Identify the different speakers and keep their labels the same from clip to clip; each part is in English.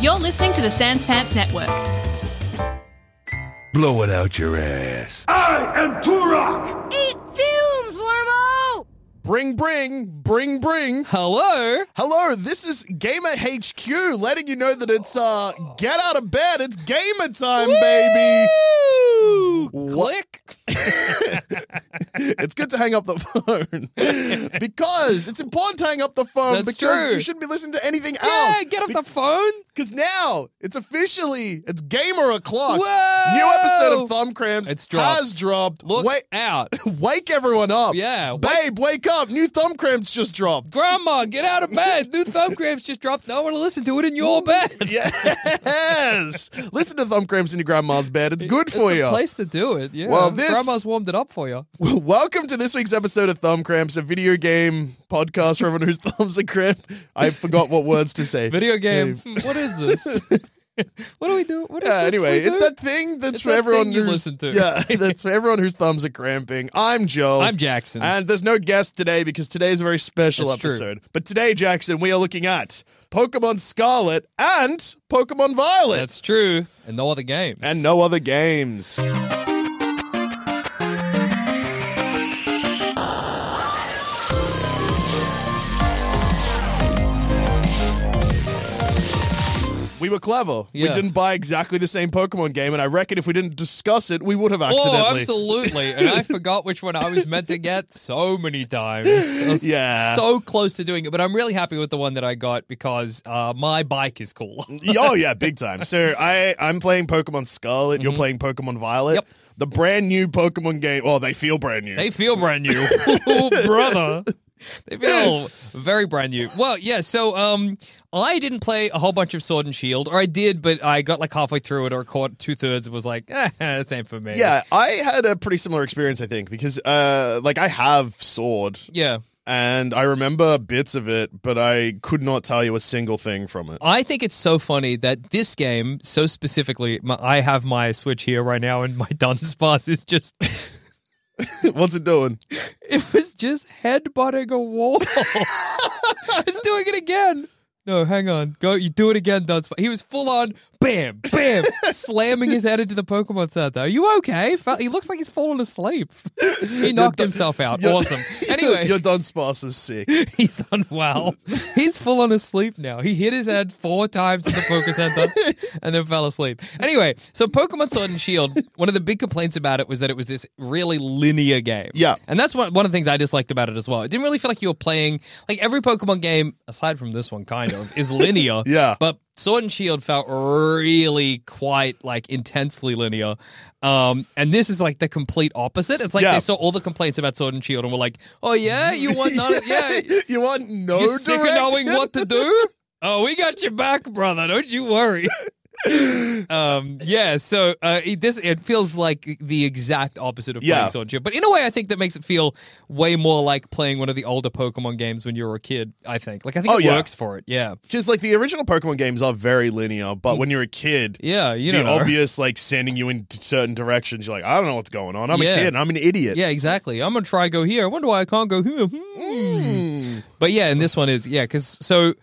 Speaker 1: You're listening to the Sans Pants Network.
Speaker 2: Blow it out your ass.
Speaker 3: Eat fumes, Wormo!
Speaker 4: Bring, bring, bring, bring.
Speaker 5: Hello?
Speaker 4: Hello, this is Gamer HQ letting you know that it's, uh, get out of bed. It's gamer time, baby.
Speaker 5: Click.
Speaker 4: It's good to hang up the phone because it's important to hang up the phone
Speaker 5: That's
Speaker 4: because
Speaker 5: true.
Speaker 4: you shouldn't be listening to anything
Speaker 5: Yeah,
Speaker 4: else.
Speaker 5: get off the phone.
Speaker 4: Because now it's officially, it's gamer o'clock.
Speaker 5: Whoa.
Speaker 4: New episode of Thumb Cramps
Speaker 5: It's dropped.
Speaker 4: has dropped.
Speaker 5: Look
Speaker 4: Wait,
Speaker 5: out.
Speaker 4: wake everyone up.
Speaker 5: Yeah, wake-
Speaker 4: Babe, wake up. New Thumb Cramps just dropped.
Speaker 5: Grandma, get out of bed. New thumb cramps just dropped. I want to listen to it in your bed.
Speaker 4: Yes. Listen to Thumb Cramps in your grandma's bed. It's good for
Speaker 5: it's
Speaker 4: you.
Speaker 5: A place to do it. Yeah.
Speaker 4: Well, this-
Speaker 5: Grandma's warmed it up for you.
Speaker 4: Welcome to this week's episode of Thumb Cramps, a video game podcast for everyone whose thumbs are cramped. I forgot what words to say.
Speaker 5: Video game. Hmm, What is this? what do we do? What is
Speaker 4: Yeah,
Speaker 5: this we
Speaker 4: anyway, it's
Speaker 5: do?
Speaker 4: that thing that's
Speaker 5: It's
Speaker 4: for
Speaker 5: that
Speaker 4: everyone
Speaker 5: thing you
Speaker 4: who's-
Speaker 5: listen to.
Speaker 4: Yeah, that's for everyone whose thumbs are cramping. I'm Joe.
Speaker 5: I'm Jackson.
Speaker 4: And there's no guest today because today is a very special
Speaker 5: That's true.
Speaker 4: episode. But today, Jackson, we are looking at Pokemon Scarlet and Pokemon Violet.
Speaker 5: That's true. And no other games.
Speaker 4: and no other games. We were clever. We
Speaker 5: Yeah.
Speaker 4: didn't buy exactly the same Pokemon game, and I reckon if we didn't discuss it, we would have accidentally.
Speaker 5: Oh, absolutely. and I forgot which one I was meant to get so many times. I was
Speaker 4: Yeah.
Speaker 5: So close to doing it, but I'm really happy with the one that I got because uh, my bike is cool.
Speaker 4: oh yeah, big time. So I I'm playing Pokemon Scarlet. You're playing Pokemon Violet.
Speaker 5: Mm-hmm. Yep.
Speaker 4: The brand new Pokemon game. Oh, they feel brand new.
Speaker 5: They feel brand new. oh, brother. They feel very brand new. Well, yeah, so um I didn't play a whole bunch of Sword and Shield, or I did, but I got like halfway through it or caught two thirds and was like, eh, this ain't for me.
Speaker 4: yeah, I had a pretty similar experience. I think because uh, like I have Sword.
Speaker 5: Yeah.
Speaker 4: and I remember bits of it, but I could not tell you a single thing from it.
Speaker 5: I think it's so funny that this game, so specifically, my, I have my Switch here right now, and my Dunce Pass is just,
Speaker 4: What's it doing?
Speaker 5: it was just headbutting a wall. it's doing it again. No, hang on. Go, you do it again, Dunce. He was full on, bam, bam, slamming his head into the Pokemon Center. Are you okay? Fe- He looks like he's fallen asleep. He knocked himself out.
Speaker 4: Your-
Speaker 5: Awesome. Anyway,
Speaker 4: your Dunsparce is sick.
Speaker 5: he's unwell. He's full on asleep now. He hit his head four times in the Poker Center and then fell asleep. Anyway, so Pokemon Sword and Shield, one of the big complaints about it was that it was this really linear game.
Speaker 4: Yeah.
Speaker 5: And that's one, one of the things I disliked about it as well. It didn't really feel like you were playing, like every Pokemon game, aside from this one, kind of, is linear.
Speaker 4: Yeah.
Speaker 5: But Sword and Shield felt really quite like intensely linear. Um, and this is like the complete opposite. It's like
Speaker 4: Yeah.
Speaker 5: they saw all the complaints about Sword and Shield and were like, oh, yeah, you want none of, yeah,
Speaker 4: you want no
Speaker 5: you sick of
Speaker 4: direction?
Speaker 5: knowing what to do? Oh, we got your back, brother. Don't you worry. um, yeah. So uh, it, this it feels like the exact opposite of
Speaker 4: Yeah.
Speaker 5: playing Sword and Shield, but in a way, I think that makes it feel way more like playing one of the older Pokemon games when you were a kid. I think. Like I think
Speaker 4: Oh,
Speaker 5: it
Speaker 4: yeah.
Speaker 5: works for it. Yeah.
Speaker 4: Because like the original Pokemon games are very linear, but when you're a kid,
Speaker 5: Yeah. You
Speaker 4: the
Speaker 5: know.
Speaker 4: obvious like sending you in t- certain directions. You're like, I don't know what's going on. I'm a
Speaker 5: Yeah.
Speaker 4: kid. I'm an idiot.
Speaker 5: Yeah, exactly. I'm gonna try go here. I wonder why I can't go here. Hmm.
Speaker 4: Mm. Hmm.
Speaker 5: But yeah, and this one is yeah, because so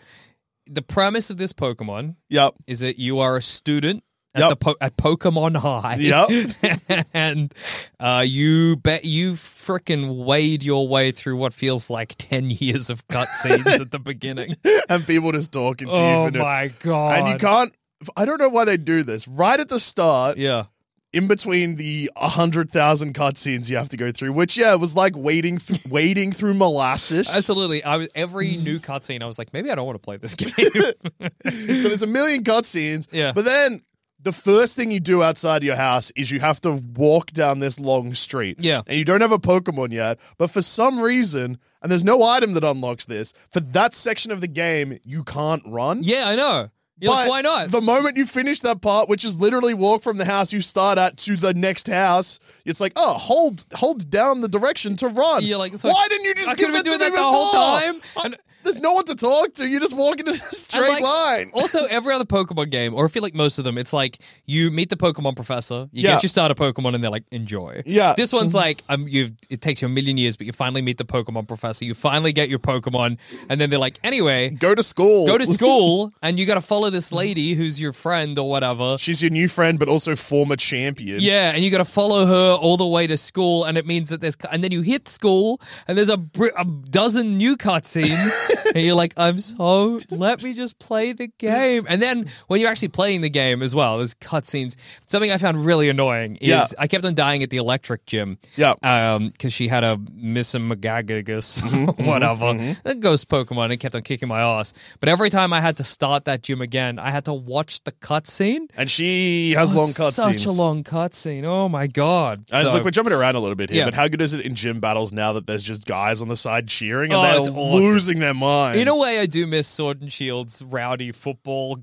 Speaker 5: the premise of this Pokemon
Speaker 4: Yep.
Speaker 5: is that you are a student at
Speaker 4: Yep.
Speaker 5: the po- at Pokemon High.
Speaker 4: Yep.
Speaker 5: and uh, you bet you frickin' wade your way through what feels like ten years of cutscenes at the beginning.
Speaker 4: And people just talking to you.
Speaker 5: oh
Speaker 4: for no-
Speaker 5: my god!
Speaker 4: And you can't. I don't know why they do this. Right at the start,
Speaker 5: Yeah.
Speaker 4: in between the 100,000 cutscenes you have to go through, which, yeah, was like wading, th- wading through molasses.
Speaker 5: Absolutely. I was every new cutscene. I was like, maybe I don't want to play this game.
Speaker 4: So there's a million cutscenes.
Speaker 5: Yeah.
Speaker 4: But then the first thing you do outside your house is you have to walk down this long street.
Speaker 5: Yeah.
Speaker 4: And you don't have a Pokemon yet. But for some reason, and there's no item that unlocks this. For that section of the game, you can't run.
Speaker 5: Yeah, I know. You're like,
Speaker 4: But
Speaker 5: why not?
Speaker 4: The moment you finish that part, which is literally walk from the house you start at to the next house, it's like, oh, hold hold down the direction to run.
Speaker 5: You're like, it's
Speaker 4: why
Speaker 5: like,
Speaker 4: didn't you just
Speaker 5: I
Speaker 4: give that
Speaker 5: could've been
Speaker 4: to
Speaker 5: doing
Speaker 4: me
Speaker 5: that the whole
Speaker 4: before?
Speaker 5: time.
Speaker 4: I-
Speaker 5: And-
Speaker 4: there's no one to talk to. You just walk in a
Speaker 5: And,
Speaker 4: straight
Speaker 5: like, oh,
Speaker 4: line.
Speaker 5: also, every other Pokemon game, or I feel like most of them, it's like you meet the Pokemon professor, you
Speaker 4: Yeah.
Speaker 5: get your starter Pokemon, and they're like, enjoy.
Speaker 4: Yeah.
Speaker 5: This one's like, um, you've it takes you a million years, but you finally meet the Pokemon professor, you finally get your Pokemon, and then they're like, anyway,
Speaker 4: Go to school.
Speaker 5: go to school, and you got to follow this lady who's your friend or whatever.
Speaker 4: She's your new friend, but also former champion.
Speaker 5: Yeah, and you got to follow her all the way to school, and it means that there's, and then you hit school, and there's a, br- a dozen new cutscenes, and you're like, I'm so, let me just play the game. And then when you're actually playing the game as well, there's cutscenes. Something I found really annoying is
Speaker 4: Yeah.
Speaker 5: I kept on dying at the electric gym.
Speaker 4: Yeah.
Speaker 5: Um, because she had a Missamagigagus,
Speaker 4: Mm-hmm,
Speaker 5: whatever, a ghost Pokemon, it kept on kicking my ass. But every time I had to start that gym again, I had to watch the cutscene.
Speaker 4: And she has
Speaker 5: Oh,
Speaker 4: long
Speaker 5: it's
Speaker 4: cutscenes.
Speaker 5: Such a long cutscene. Oh my god!
Speaker 4: And
Speaker 5: So-
Speaker 4: look, we're jumping around a little bit here,
Speaker 5: Yeah.
Speaker 4: but how good is it in gym battles now that there's just guys on the side cheering
Speaker 5: Oh,
Speaker 4: and
Speaker 5: it's
Speaker 4: they're
Speaker 5: awesome.
Speaker 4: losing their minds?
Speaker 5: in a way, I do miss Sword and Shield's rowdy football,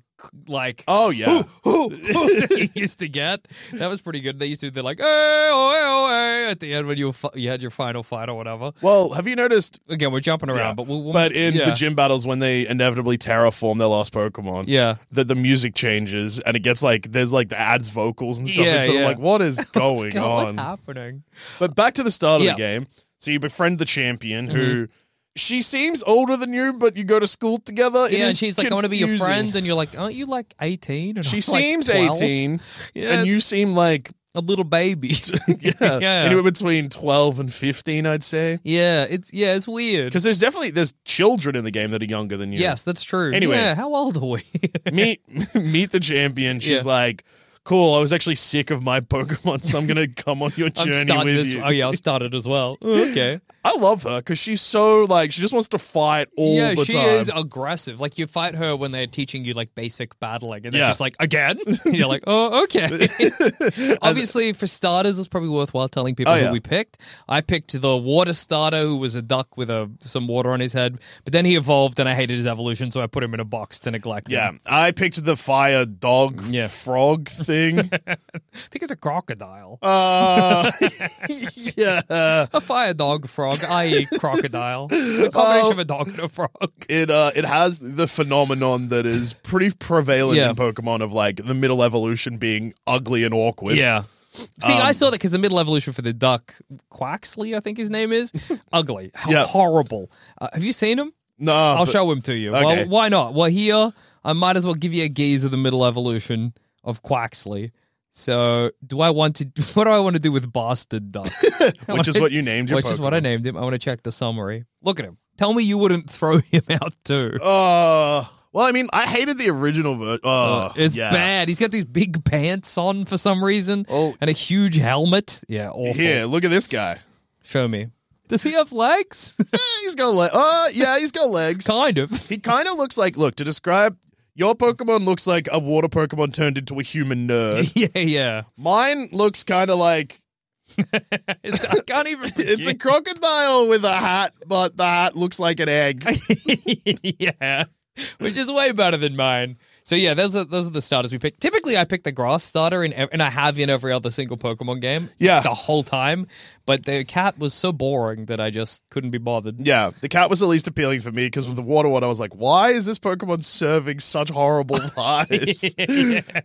Speaker 5: like
Speaker 4: Oh yeah.
Speaker 5: you used to get. That was pretty good. They used to they're like, hey, oh, hey, oh, hey, at the end when you were fi- you had your final fight or whatever.
Speaker 4: Well, have you noticed?
Speaker 5: Again, we're jumping around, but we'll, we'll
Speaker 4: but in
Speaker 5: yeah.
Speaker 4: the gym battles, when they inevitably terraform their last Pokemon,
Speaker 5: Yeah.
Speaker 4: that the music changes and it gets like there's like the ads vocals and stuff.
Speaker 5: Yeah,
Speaker 4: into it. I'm
Speaker 5: yeah.
Speaker 4: like, what is
Speaker 5: What's
Speaker 4: going
Speaker 5: go-
Speaker 4: on?
Speaker 5: What's happening?
Speaker 4: But back to the start
Speaker 5: Yeah. Mm-hmm.
Speaker 4: of the game. So you befriend the champion who she seems older than you, but you go to school together. It
Speaker 5: yeah, and
Speaker 4: is
Speaker 5: she's like, I want to be your
Speaker 4: confusing.
Speaker 5: friend, and you're like, aren't you like 18? And
Speaker 4: She
Speaker 5: I'm like,
Speaker 4: seems
Speaker 5: 12?
Speaker 4: 18,
Speaker 5: Yeah.
Speaker 4: and you seem like
Speaker 5: a little baby.
Speaker 4: yeah,
Speaker 5: Yeah.
Speaker 4: anywhere between 12 and 15, I'd say.
Speaker 5: yeah, it's yeah, it's weird.
Speaker 4: Because there's definitely there's children in the game that are younger than you.
Speaker 5: Yes, that's true.
Speaker 4: Anyway.
Speaker 5: yeah, how old are we?
Speaker 4: meet meet the champion. She's
Speaker 5: Yeah.
Speaker 4: like, cool. I was actually sick of my Pokemon, so I'm gonna come on your
Speaker 5: I'm
Speaker 4: journey
Speaker 5: starting
Speaker 4: with
Speaker 5: this.
Speaker 4: you.
Speaker 5: Oh yeah, I'll start it as well. Oh, okay.
Speaker 4: I love her because she's so like she just wants to fight all
Speaker 5: yeah,
Speaker 4: the
Speaker 5: she
Speaker 4: time.
Speaker 5: is aggressive. Like you fight her when they're teaching you like basic battling, and they're
Speaker 4: Yeah.
Speaker 5: just like again. And you're like, oh okay. Obviously, for starters, it's probably worthwhile telling people
Speaker 4: Oh,
Speaker 5: who
Speaker 4: yeah.
Speaker 5: we picked. I picked the water starter, who was a duck with a some water on his head, but then he evolved, and I hated his evolution, so I put him in a box to neglect.
Speaker 4: yeah,
Speaker 5: him.
Speaker 4: I picked the fire dog
Speaker 5: Yeah.
Speaker 4: frog thing.
Speaker 5: I think it's a crocodile,
Speaker 4: uh, yeah,
Speaker 5: a fire dog frog, i.e., crocodile, a combination of a dog and a frog.
Speaker 4: it uh, it has the phenomenon that is pretty prevalent
Speaker 5: Yeah.
Speaker 4: in Pokemon of like the middle evolution being ugly and awkward.
Speaker 5: Yeah. See,
Speaker 4: Um,
Speaker 5: I saw that because the middle evolution for the duck, Quaxley, I think his name is, ugly, How
Speaker 4: Yeah.
Speaker 5: horrible. Uh, have you seen him?
Speaker 4: no,
Speaker 5: I'll
Speaker 4: but-
Speaker 5: show him to you.
Speaker 4: Okay.
Speaker 5: Well, why not? Well, here I might as well give you a gaze of the middle evolution of Quaxley. So, do I want to? What do I want to do with bastard duck?
Speaker 4: Which is what you named your
Speaker 5: Which is what I
Speaker 4: Pokemon.
Speaker 5: named him. I want to check the summary. Look at him. Tell me you wouldn't throw him out too.
Speaker 4: Uh, well, I mean, I hated the original version. Uh,
Speaker 5: Uh, it's
Speaker 4: yeah.
Speaker 5: bad. He's got these big pants on for some reason,
Speaker 4: Oh.
Speaker 5: and a huge helmet. Yeah, awful.
Speaker 4: Here, look at this guy.
Speaker 5: Show me. Does he have legs?
Speaker 4: Eh, he's got legs. Uh, yeah, he's got legs.
Speaker 5: kind of.
Speaker 4: He kind of looks like. Look, to describe your Pokemon looks like a water Pokemon turned into a human nerd.
Speaker 5: yeah, yeah.
Speaker 4: Mine looks kind of like
Speaker 5: It's, I can't even.
Speaker 4: it's a crocodile with a hat, but the hat looks like an egg.
Speaker 5: a yeah, which is way better than mine. So yeah, those are those are the starters we picked. Typically, I pick the grass starter, and and I have in every other single Pokemon game.
Speaker 4: Yeah.
Speaker 5: the whole time. But the cat was so boring that I just couldn't be bothered.
Speaker 4: Yeah, the cat was the least appealing for me because with the water one, I was like, why is this Pokemon serving such horrible lives?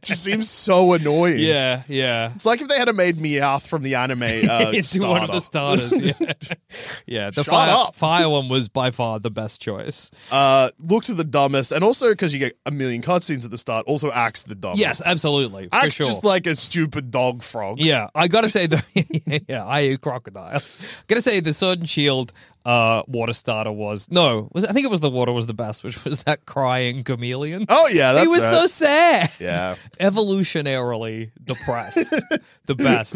Speaker 4: She seems so annoying.
Speaker 5: Yeah, yeah.
Speaker 4: It's like if they had made Meowth from the anime. Uh,
Speaker 5: Into one of the
Speaker 4: starter.
Speaker 5: starters. Yeah, yeah the
Speaker 4: Shut
Speaker 5: fire
Speaker 4: up.
Speaker 5: fire one was by far the best choice.
Speaker 4: Uh, looked the dumbest, and also because you get a million cutscenes at the start, also acts the dumbest.
Speaker 5: Yes, absolutely. for
Speaker 4: acts
Speaker 5: sure.
Speaker 4: just like a stupid dog frog.
Speaker 5: Yeah, I gotta say though, yeah, I crocodile. Gotta say the sword and shield uh, water starter was no, was I think it was the water was the best, which was that crying chameleon.
Speaker 4: Oh yeah, that's
Speaker 5: he was
Speaker 4: right.
Speaker 5: so sad.
Speaker 4: Yeah.
Speaker 5: evolutionarily depressed. the best.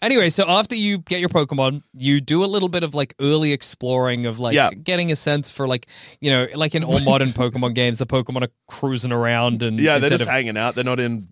Speaker 5: Anyway, so after you get your Pokemon, you do a little bit of like early exploring of like
Speaker 4: Yeah.
Speaker 5: getting a sense for like you know like in all modern Pokemon games, the Pokemon are cruising around and
Speaker 4: yeah, they're
Speaker 5: instead
Speaker 4: just
Speaker 5: of-
Speaker 4: hanging out. They're not in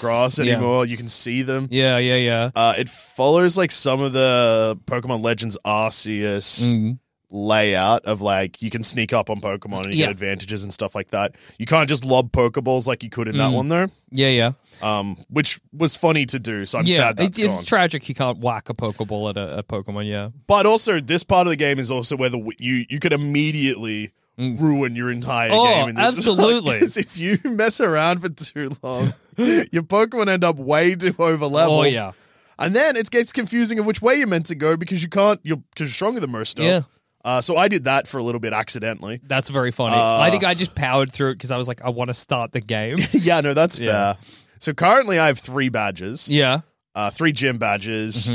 Speaker 4: grass, grass
Speaker 5: Yeah.
Speaker 4: anymore. You can see them.
Speaker 5: yeah yeah yeah Mm.
Speaker 4: Uh, it follows like some of the Pokemon Legends Arceus, layout of like you can sneak up on Pokemon and you
Speaker 5: Yeah.
Speaker 4: get advantages and stuff like that. You can't just lob Pokeballs like you could in
Speaker 5: Mm.
Speaker 4: that one though,
Speaker 5: Yeah, yeah.
Speaker 4: um, which was funny to do. So I'm
Speaker 5: yeah,
Speaker 4: sad that's
Speaker 5: it's, it's
Speaker 4: gone.
Speaker 5: tragic you can't whack a Pokeball at a, a Pokemon, yeah.
Speaker 4: but also, this part of the game is also where the w- you you could immediately. Ruin your entire
Speaker 5: Mm. Oh,
Speaker 4: game. in this.
Speaker 5: absolutely.
Speaker 4: 'Cause if you mess around for too long, your Pokemon end up way too over level.
Speaker 5: Oh, yeah.
Speaker 4: And then it gets confusing of which way you're meant to go because you can't, you're, cause you're stronger than most stuff.
Speaker 5: Yeah.
Speaker 4: Uh, so I did that for a little bit accidentally.
Speaker 5: That's very funny. I
Speaker 4: Uh.
Speaker 5: think I just powered through it because I was like, I want to start the game.
Speaker 4: yeah, no, that's fair. So currently I have three badges,
Speaker 5: yeah. Mm-hmm.
Speaker 4: uh, three gym badges,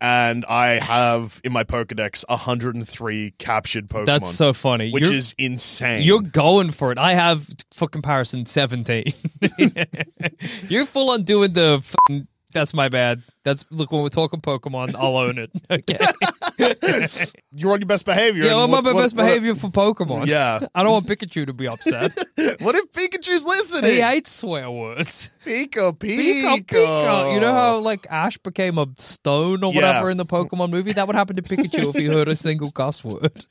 Speaker 4: and I have in my Pokedex 103 captured Pokemon.
Speaker 5: That's so funny.
Speaker 4: Which
Speaker 5: You're-
Speaker 4: is insane.
Speaker 5: You're going for it. I have, for comparison, 17. You're full on doing the. fucking that's my bad. That's look when we're talking Pokemon, I'll own it. Okay.
Speaker 4: You're on your best behavior.
Speaker 5: yeah,
Speaker 4: and
Speaker 5: I'm
Speaker 4: what-
Speaker 5: on my
Speaker 4: what-
Speaker 5: best
Speaker 4: what-
Speaker 5: behavior for Pokemon.
Speaker 4: Yeah.
Speaker 5: I don't want Pikachu to be upset.
Speaker 4: What if Pikachu's listening?
Speaker 5: he hates swear words.
Speaker 4: Pico, Pico,
Speaker 5: Pikachu, Pikachu. You know how like Ash became a stone or
Speaker 4: Yeah.
Speaker 5: whatever in the Pokemon movie? That would happen to Pikachu if he heard a single cuss word.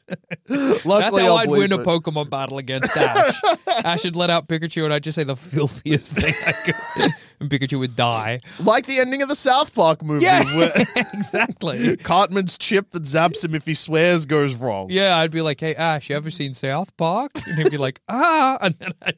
Speaker 5: That's
Speaker 4: Luckily,
Speaker 5: how
Speaker 4: I'll
Speaker 5: I'd win
Speaker 4: bleep
Speaker 5: a
Speaker 4: it.
Speaker 5: Pokemon battle against Ash. Ash would let out Pikachu and I'd just say the filthiest thing I could. and Pikachu would die.
Speaker 4: Like the ending of the South Park movie. where-
Speaker 5: exactly.
Speaker 4: Cartman's chip that zaps him if he swears goes wrong.
Speaker 5: Yeah, I'd be like, hey, Ash, you ever seen South Park? And he'd be like, ah. And then I'd,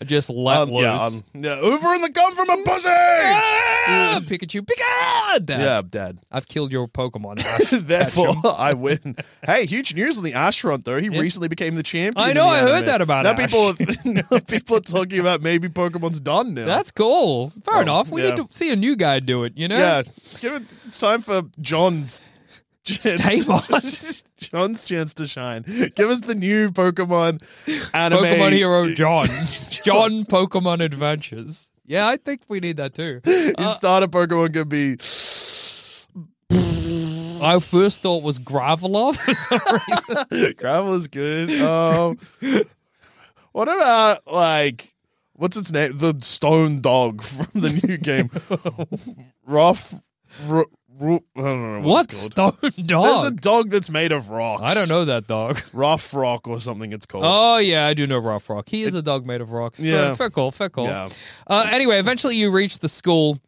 Speaker 5: I'd just let
Speaker 4: Um,
Speaker 5: loose.
Speaker 4: yeah, um, yeah, over in the gum from a pussy.
Speaker 5: ah, Pikachu, Pikachu!
Speaker 4: Yeah, I'm dead.
Speaker 5: I've killed your Pokemon, Ash.
Speaker 4: Therefore, I win. Hey, huge news on the Ash front, though. He recently became the champion.
Speaker 5: I
Speaker 4: in
Speaker 5: know,
Speaker 4: the
Speaker 5: I heard
Speaker 4: anime.
Speaker 5: that about
Speaker 4: now
Speaker 5: Ash.
Speaker 4: People are, now people are talking about maybe Pokemon's done now.
Speaker 5: That's cool. Fair
Speaker 4: Oh,
Speaker 5: enough. We
Speaker 4: yeah.
Speaker 5: need to see a new guy do it, you know?
Speaker 4: yeah. Give it. It's time for John's. chance-
Speaker 5: Stamos.
Speaker 4: John's chance to shine. Give us the new Pokemon anime.
Speaker 5: Pokemon hero John. John Pokemon Adventures. Yeah, I think we need that too.
Speaker 4: His starter Pokemon could be
Speaker 5: I first thought was Gravelov for some reason.
Speaker 4: Gravel is good. Um, what about like what's its name? The stone dog from the new game, Rough. Ru- Ru- I don't know what,
Speaker 5: What
Speaker 4: It's called.
Speaker 5: stone
Speaker 4: There's a
Speaker 5: dog?
Speaker 4: dog that's made of rocks.
Speaker 5: I don't know that dog.
Speaker 4: Rough rock or something. It's called.
Speaker 5: Oh yeah, I do know Rough Rock. He is a dog made of rocks.
Speaker 4: Yeah.
Speaker 5: fair, fair call, fair call.
Speaker 4: Yeah.
Speaker 5: Uh, anyway, eventually you reach the school,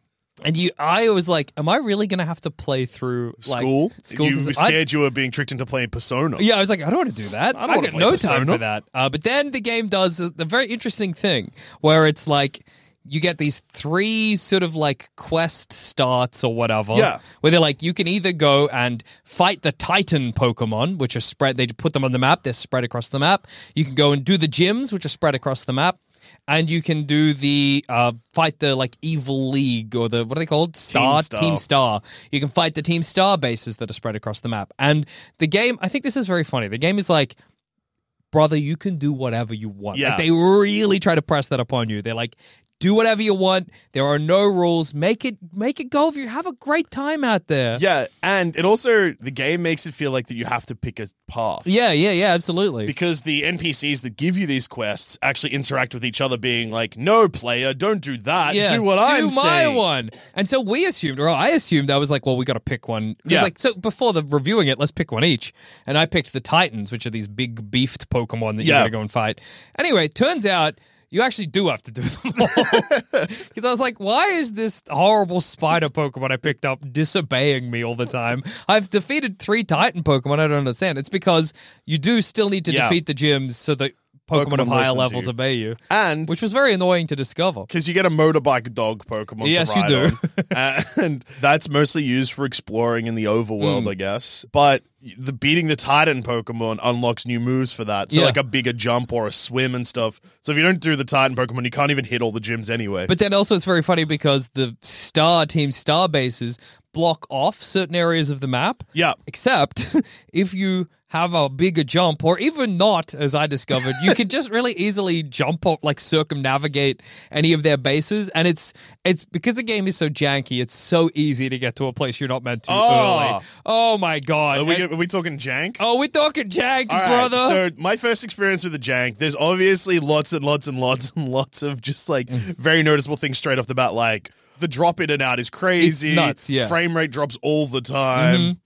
Speaker 5: and you. I was like, am I really gonna have to play through like,
Speaker 4: school.
Speaker 5: School.
Speaker 4: You were
Speaker 5: 'Cause I-
Speaker 4: scared you were being tricked into playing Persona.
Speaker 5: Yeah, I was like, I don't want to do that.
Speaker 4: I
Speaker 5: I,
Speaker 4: don't wanna
Speaker 5: got
Speaker 4: play
Speaker 5: no time
Speaker 4: Persona.
Speaker 5: for that. Uh, but then the game does a, a very interesting thing where it's like you get these three sort of like quest starts or whatever.
Speaker 4: Yeah.
Speaker 5: Where they're like, you can either go and fight the Titan Pokemon, which are spread, they put them on the map, they're spread across the map. You can go and do the gyms, which are spread across the map. And you can do the uh, fight the like evil league or the what are they called? Star
Speaker 4: Star.
Speaker 5: Team Star. You can fight the Team Star bases that are spread across the map. And the game, I think this is very funny. The game is like, brother, you can do whatever you want.
Speaker 4: Yeah.
Speaker 5: Like they really try to press that upon you. They're like, do whatever you want. There are no rules. Make it make it go if you have a great time out there.
Speaker 4: Yeah, and it also the game makes it feel like that you have to pick a path.
Speaker 5: Yeah, yeah, yeah, absolutely.
Speaker 4: because the NPCs that give you these quests actually interact with each other, being like, "No, player, don't do that.
Speaker 5: yeah.
Speaker 4: Do what I'm
Speaker 5: my
Speaker 4: saying."
Speaker 5: one. And so we assumed, or I assumed, I was like, well, we got to pick one. It was
Speaker 4: Yeah.
Speaker 5: Like, so before the reviewing it, let's pick one each. And I picked the Titans, which are these big beefed Pokemon that you
Speaker 4: Yeah.
Speaker 5: got to go and fight. Anyway, turns out you actually do have to do them all. Because I was like, why is this horrible spider Pokemon I picked up disobeying me all the time? I've defeated three Titan Pokemon. I don't understand. It's because you do still need to
Speaker 4: Yeah.
Speaker 5: defeat the gyms so that Pokemon,
Speaker 4: Pokemon
Speaker 5: of higher
Speaker 4: listen to
Speaker 5: levels
Speaker 4: you.
Speaker 5: obey you.
Speaker 4: And-
Speaker 5: which was very annoying to discover.
Speaker 4: Because you get a motorbike dog Pokemon.
Speaker 5: Yes,
Speaker 4: to
Speaker 5: you
Speaker 4: ride
Speaker 5: do.
Speaker 4: on. and that's mostly used for exploring in the overworld,
Speaker 5: Hmm.
Speaker 4: I guess. But the beating the Titan Pokemon unlocks new moves for that. So
Speaker 5: Yeah.
Speaker 4: like a bigger jump or a swim and stuff. So if you don't do the Titan Pokemon, you can't even hit all the gyms anyway.
Speaker 5: But then also, it's very funny because the star team star bases block off certain areas of the map.
Speaker 4: Yeah.
Speaker 5: Except if you have a bigger jump, or even not, as I discovered, you can just really easily jump or like circumnavigate any of their bases. And it's it's because the game is so janky, it's so easy to get to a place you're not meant to
Speaker 4: Oh.
Speaker 5: early. Oh my god!
Speaker 4: are, we,
Speaker 5: And-
Speaker 4: are we talking jank?
Speaker 5: oh, we're talking jank,
Speaker 4: All right,
Speaker 5: brother.
Speaker 4: So my first experience with the jank, there's obviously lots and lots and lots and lots of just like
Speaker 5: Mm.
Speaker 4: very noticeable things straight off the bat, like the drop in and out is crazy.
Speaker 5: nuts, yeah. Mm-hmm.
Speaker 4: Frame rate drops all the time.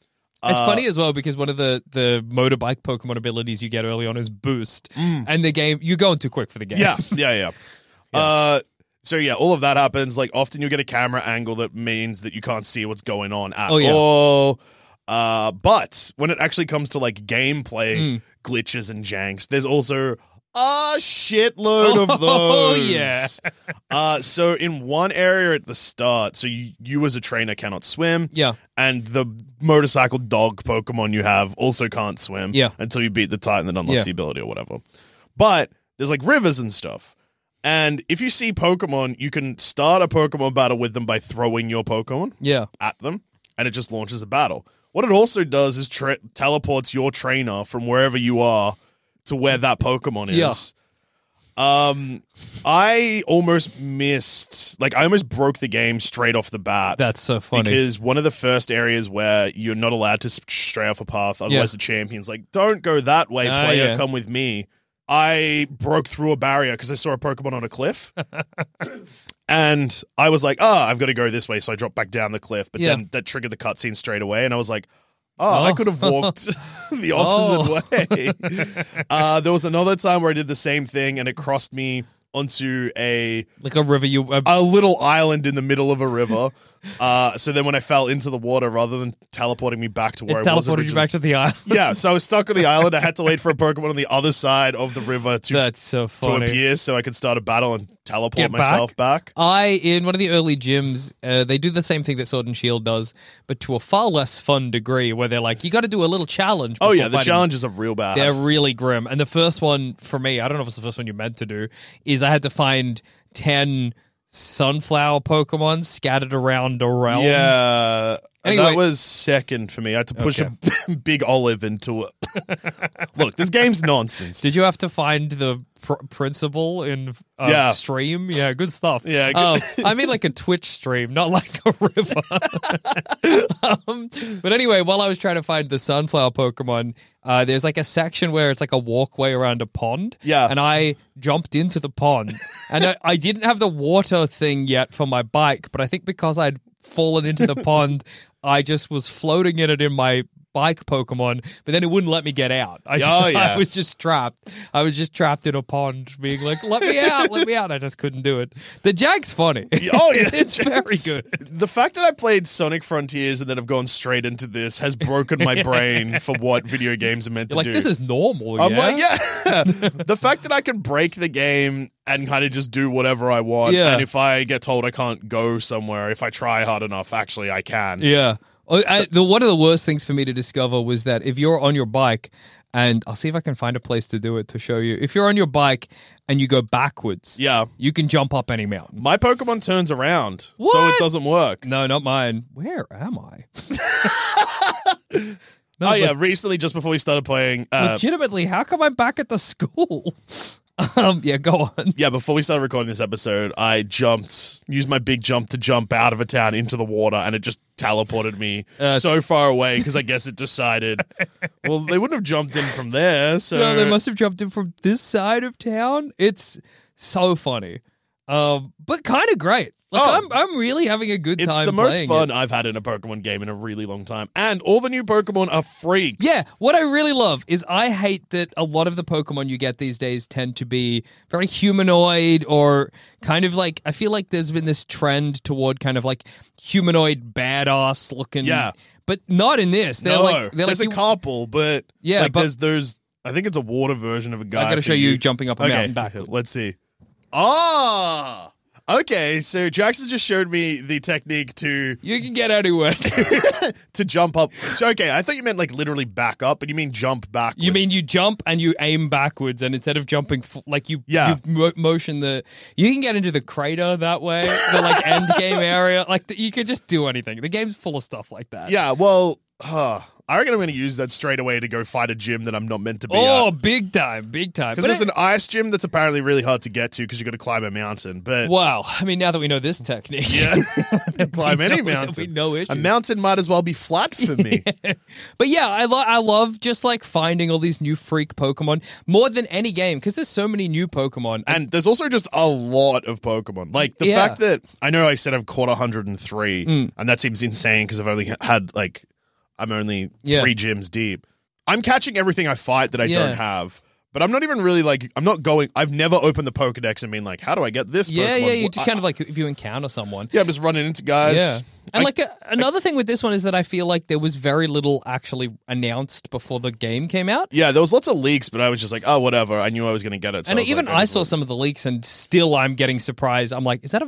Speaker 5: It's funny as well because one of the the motorbike Pokemon abilities you get early on is Boost, and the game you're going too quick for the game.
Speaker 4: Mm. Yeah, yeah, yeah. Uh, so yeah, all of that happens. Like often you get a camera angle that means that you can't see what's going on at
Speaker 5: Oh, yeah.
Speaker 4: all. Uh, but when it actually comes to like gameplay
Speaker 5: Hmm.
Speaker 4: glitches and janks, there's also a shitload of those.
Speaker 5: Oh, yeah.
Speaker 4: uh, so in one area at the start, so you, you as a trainer cannot swim.
Speaker 5: Yeah.
Speaker 4: And the motorcycle dog Pokemon you have also can't swim.
Speaker 5: Yeah.
Speaker 4: Until you beat the Titan that unlocks
Speaker 5: Yeah.
Speaker 4: the ability or whatever. But there's like rivers and stuff. And if you see Pokemon, you can start a Pokemon battle with them by throwing your Pokemon
Speaker 5: yeah.
Speaker 4: at them, and it just launches a battle. What it also does is tra- teleports your trainer from wherever you are to where that Pokemon is.
Speaker 5: Yeah.
Speaker 4: Um, I almost missed, like, I almost broke the game straight off the bat.
Speaker 5: That's so funny.
Speaker 4: Because one of the first areas where you're not allowed to sp- stray off a path, otherwise
Speaker 5: Yeah.
Speaker 4: the champion's like, don't go that way,
Speaker 5: Ah,
Speaker 4: player,
Speaker 5: yeah.
Speaker 4: come with me. I broke through a barrier because I saw a Pokemon on a cliff. and I was like, oh, I've got to go this way. So I dropped back down the cliff. But
Speaker 5: Yeah.
Speaker 4: then that triggered the cutscene straight away. And I was like, oh, I
Speaker 5: Oh.
Speaker 4: could have walked the opposite way. uh, there was another time where I did the same thing and it crossed me onto a
Speaker 5: like a river you uh,
Speaker 4: a little island in the middle of a river. Uh, so then when I fell into the water, rather than teleporting me back to
Speaker 5: it
Speaker 4: where I was
Speaker 5: teleported
Speaker 4: originally,
Speaker 5: you back to the island.
Speaker 4: yeah, so I was stuck on the island. I had to wait for a Pokemon on the other side of the river to
Speaker 5: That's so
Speaker 4: to
Speaker 5: funny.
Speaker 4: appear, so I could start a battle and teleport
Speaker 5: Get back?
Speaker 4: myself back.
Speaker 5: I in one of the early gyms, uh, they do the same thing that Sword and Shield does, but to a far less fun degree, where they're like, you got to do a little challenge.
Speaker 4: Oh yeah,
Speaker 5: before
Speaker 4: the
Speaker 5: fighting.
Speaker 4: challenges are real bad.
Speaker 5: They're really grim. And the first one for me, I don't know if it's the first one you're meant to do, is I had to find ten sunflower Pokemon scattered around a realm.
Speaker 4: yeah. and
Speaker 5: Anyway-
Speaker 4: that was second for me. I had to push a big olive into it. Look, this game's nonsense.
Speaker 5: Did you have to find the pr- principal in uh,
Speaker 4: Yeah.
Speaker 5: stream? Yeah, good stuff.
Speaker 4: Yeah,
Speaker 5: Um,
Speaker 4: good-
Speaker 5: I mean like a Twitch stream, not like a river. um, but anyway, while I was trying to find the sunflower Pokemon, uh, there's like a section where it's like a walkway around a pond.
Speaker 4: Yeah.
Speaker 5: and I jumped into the pond, and I, I didn't have the water thing yet for my bike, but I think because I'd fallen into the pond, I just was floating in it in my bike Pokemon, but then it wouldn't let me get out. I,
Speaker 4: Oh, yeah.
Speaker 5: I was just trapped. I was just trapped in a pond, being like, "Let me out! Let me out!" I just couldn't do it. The jag's funny.
Speaker 4: Oh yeah,
Speaker 5: it's very
Speaker 4: Jack's-
Speaker 5: good.
Speaker 4: The fact that I played Sonic Frontiers and then have gone straight into this has broken my brain for what video games are meant
Speaker 5: You're
Speaker 4: to
Speaker 5: like
Speaker 4: do.
Speaker 5: this is normal.
Speaker 4: I'm
Speaker 5: yeah?
Speaker 4: like, yeah. the fact that I can break the game and kind of just do whatever I want,
Speaker 5: Yeah.
Speaker 4: and if I get told I can't go somewhere, if I try hard enough, actually I can.
Speaker 5: Yeah. Oh, I, the one of the worst things for me to discover was that if you're on your bike, and I'll see if I can find a place to do it to show you. If you're on your bike and you go backwards,
Speaker 4: Yeah.
Speaker 5: you can jump up any mountain.
Speaker 4: My Pokemon turns around, so it
Speaker 5: What?
Speaker 4: doesn't work.
Speaker 5: No, not mine. Where am I? no,
Speaker 4: Oh yeah,
Speaker 5: le-
Speaker 4: recently just before we started playing, uh,
Speaker 5: legitimately, how come I'm back at the school? um, yeah, go on.
Speaker 4: yeah, before we started recording this episode, I jumped, used my big jump to jump out of a town into the water, and it just teleported me
Speaker 5: Uh,
Speaker 4: so far away because I guess it decided. well, they wouldn't have jumped in from there, so
Speaker 5: No, they must have jumped in from this side of town. It's so funny, um, but kind of great. Like
Speaker 4: Oh.
Speaker 5: I'm, I'm really having a good
Speaker 4: It's
Speaker 5: time.
Speaker 4: the most
Speaker 5: playing
Speaker 4: fun
Speaker 5: it.
Speaker 4: I've had in a Pokemon game in a really long time, and all the new Pokemon are freaks.
Speaker 5: Yeah, what I really love is I hate that a lot of the Pokemon you get these days tend to be very humanoid or kind of like I feel like there's been this trend toward kind of like humanoid badass looking.
Speaker 4: Yeah.
Speaker 5: but not in this. They're
Speaker 4: no,
Speaker 5: like they're
Speaker 4: there's
Speaker 5: like
Speaker 4: a
Speaker 5: you-
Speaker 4: couple, but
Speaker 5: Yeah,
Speaker 4: like
Speaker 5: but-
Speaker 4: there's there's I think it's a water version of a guy. for
Speaker 5: gotta show you jumping up a
Speaker 4: okay.
Speaker 5: mountain backward.
Speaker 4: Let's see. Ah, okay. So Jackson just showed me the technique to
Speaker 5: you can get anywhere.
Speaker 4: to jump up. So okay, I thought you meant like literally back up, but you mean jump backwards.
Speaker 5: You mean you jump and you aim backwards, and instead of jumping, f- like you,
Speaker 4: Yeah.
Speaker 5: you mo- motion the. You can get into the crater that way, the like end game area. Like the, you could just do anything. The game's full of stuff like that.
Speaker 4: Yeah. Well, huh. I reckon I'm going to use that straight away to go fight a gym that I'm not meant to be. at.
Speaker 5: Oh, big time, big time.
Speaker 4: Because there's
Speaker 5: But
Speaker 4: an ice gym that's apparently really hard to get to because you got to climb a mountain.
Speaker 5: it-
Speaker 4: But
Speaker 5: wow, I mean, now that we know this technique,
Speaker 4: yeah, can climb any
Speaker 5: There'll be
Speaker 4: mountain.
Speaker 5: no issues.
Speaker 4: a mountain might as well be flat for me.
Speaker 5: But yeah, I lo- I love just like finding all these new freak Pokemon more than any game because there's so many new Pokemon.
Speaker 4: and there's also just a lot of Pokemon. Like the
Speaker 5: Yeah. Hmm.
Speaker 4: fact that I know I said I've caught 103, and that seems insane because I've only had like I'm only
Speaker 5: Yeah.
Speaker 4: three gyms deep. I'm catching everything I fight that I
Speaker 5: Yeah.
Speaker 4: don't have. But I'm not even really like I'm not going. I've never opened the Pokedex and been like, how do I get this?
Speaker 5: Yeah,
Speaker 4: Pokemon?
Speaker 5: yeah. You
Speaker 4: Wh-
Speaker 5: just
Speaker 4: I-
Speaker 5: kind of like if you encounter someone.
Speaker 4: yeah. I'm just running into guys.
Speaker 5: Yeah. And
Speaker 4: I-
Speaker 5: like a, another thing with this one is that I feel like there was very little actually announced before the game came out.
Speaker 4: yeah, there was lots of leaks, but I was just like, oh, whatever. I knew I was going to get it. So
Speaker 5: and
Speaker 4: I was
Speaker 5: even
Speaker 4: like,
Speaker 5: I
Speaker 4: just
Speaker 5: saw
Speaker 4: wouldn't.
Speaker 5: some of the leaks, and still I'm getting surprised. I'm like, is that a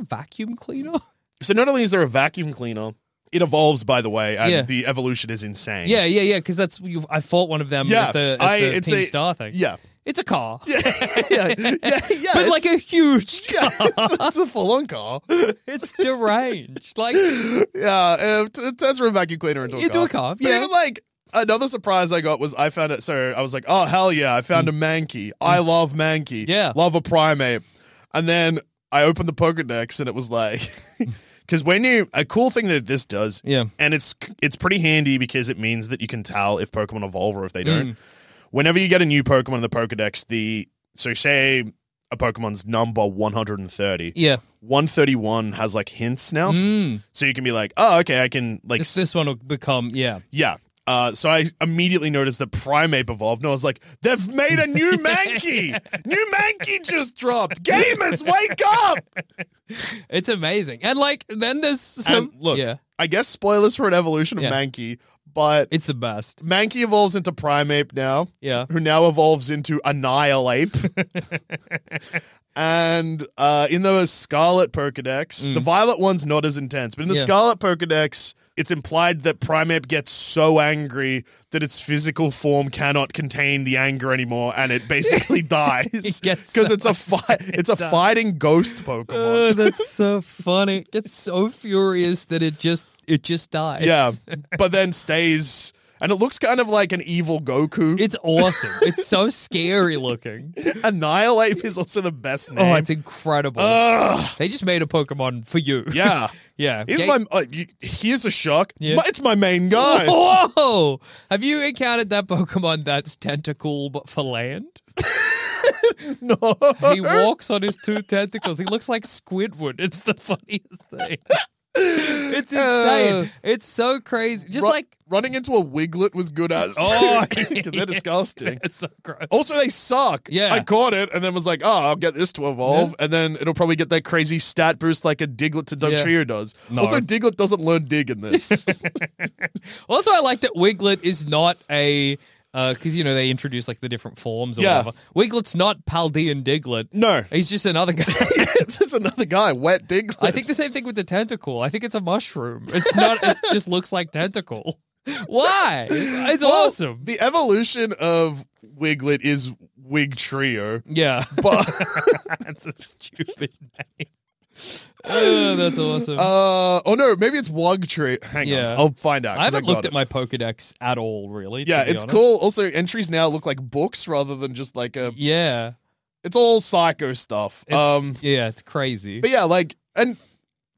Speaker 5: vacuum cleaner?
Speaker 4: So not only is there a vacuum cleaner, it evolves. By the way, and
Speaker 5: Yeah.
Speaker 4: the evolution is insane.
Speaker 5: yeah, yeah, yeah. Because that's you, I fought one of them
Speaker 4: yeah.
Speaker 5: at the, at
Speaker 4: I,
Speaker 5: the
Speaker 4: it's
Speaker 5: Team
Speaker 4: a,
Speaker 5: Star thing.
Speaker 4: Yeah,
Speaker 5: it's a car,
Speaker 4: yeah, yeah, yeah.
Speaker 5: but
Speaker 4: it's-
Speaker 5: like a huge
Speaker 4: yeah, it's, it's a full on car.
Speaker 5: It's deranged. Like,
Speaker 4: Yeah, uh, t- it turns from a vacuum cleaner into a
Speaker 5: You
Speaker 4: car.
Speaker 5: do a car,
Speaker 4: But
Speaker 5: yeah.
Speaker 4: even like another surprise I got was I found it. So I was like, oh hell yeah, I found a Mankey. I love Mankey.
Speaker 5: Hmm. Yeah.
Speaker 4: love a primate. And then I opened the Pokedex and it was like, because when you a cool thing that this does,
Speaker 5: Yeah.
Speaker 4: and it's it's pretty handy because it means that you can tell if Pokemon evolve or if
Speaker 5: Mm.
Speaker 4: they don't. Whenever you get a new Pokemon in the Pokedex, the so say a Pokemon's number one hundred and thirty.
Speaker 5: yeah,
Speaker 4: 131 has like hints now.
Speaker 5: Mm.
Speaker 4: So you can be like, oh, okay, I can like, s-
Speaker 5: this, this one will become yeah.
Speaker 4: yeah. Uh, so I immediately noticed that Primate evolved, and I was like, they've made a new Mankey! new Mankey just dropped! Gamers, wake up!
Speaker 5: It's amazing. And like, then there's
Speaker 4: And
Speaker 5: some
Speaker 4: look,
Speaker 5: yeah,
Speaker 4: I guess spoilers for an evolution of
Speaker 5: Yeah.
Speaker 4: Mankey, but
Speaker 5: it's the best.
Speaker 4: Mankey evolves into Primate now,
Speaker 5: Yeah,
Speaker 4: who now evolves into Annihilate. and uh, in the Scarlet Pokedex, the Violet one's not as intense, but in the
Speaker 5: Mm. Yeah.
Speaker 4: Scarlet Pokedex, it's implied that Primeape gets so angry that its physical form cannot contain the anger anymore, and it basically dies
Speaker 5: gets
Speaker 4: because
Speaker 5: so
Speaker 4: it's a fi- it's a fighting ghost Pokemon.
Speaker 5: Oh, that's so funny. It gets so furious that it just it just dies.
Speaker 4: yeah, but then stays, and it looks kind of like an evil Goku.
Speaker 5: It's awesome. It's so scary looking.
Speaker 4: Annihilate is also the best name.
Speaker 5: Oh, it's incredible. they just made a Pokemon for you.
Speaker 4: Uh, yeah.
Speaker 5: Yeah.
Speaker 4: Here's
Speaker 5: Ga-
Speaker 4: my uh, you, here's a shock.
Speaker 5: Yeah.
Speaker 4: My- it's my main guy.
Speaker 5: Whoa! Have you encountered that Pokemon that's tentacle but for land?
Speaker 4: no,
Speaker 5: Oh,
Speaker 4: Uh,
Speaker 5: He walks on his two tentacles. He looks like Squidward. It's the funniest thing. It's insane.
Speaker 4: Uh,
Speaker 5: it's so crazy. Just
Speaker 4: Ru-
Speaker 5: like
Speaker 4: running into a wiglet was good as.
Speaker 5: Oh, yeah.
Speaker 4: they're disgusting.
Speaker 5: it's so gross.
Speaker 4: Also, they suck.
Speaker 5: Yeah.
Speaker 4: I caught it and then was like, oh, I'll get this to evolve. And then it'll probably get that crazy stat boost like a Diglett to
Speaker 5: Yeah.
Speaker 4: Dugtrio does.
Speaker 5: No.
Speaker 4: Also, Diglett doesn't learn Dig in this.
Speaker 5: Also, I like that Wiglet is not a because you know they introduce like the different forms or
Speaker 4: Yeah.
Speaker 5: whatever. Wiglet's not Paldean Diglet.
Speaker 4: no.
Speaker 5: he's just another guy.
Speaker 4: it's just another guy, wet Diglett.
Speaker 5: I think the same thing with the tentacle. I think it's a mushroom. It's not. It just looks like tentacle. Why? It's
Speaker 4: Well,
Speaker 5: awesome.
Speaker 4: The evolution of Wiglet is Wig Trio.
Speaker 5: Yeah,
Speaker 4: But
Speaker 5: that's a stupid name. Oh, that's awesome.
Speaker 4: Uh, oh no, maybe it's Wug Tree. Hang
Speaker 5: Yeah.
Speaker 4: on, I'll find out.
Speaker 5: I
Speaker 4: 'cause
Speaker 5: haven't
Speaker 4: got
Speaker 5: looked at
Speaker 4: it.
Speaker 5: my Pokedex at all, really. to
Speaker 4: Yeah,
Speaker 5: be
Speaker 4: it's
Speaker 5: honest.
Speaker 4: cool. Also, entries now look like books rather than just like a.
Speaker 5: Yeah,
Speaker 4: It's all psycho stuff.
Speaker 5: It's-
Speaker 4: um,
Speaker 5: yeah, it's crazy.
Speaker 4: but yeah, like and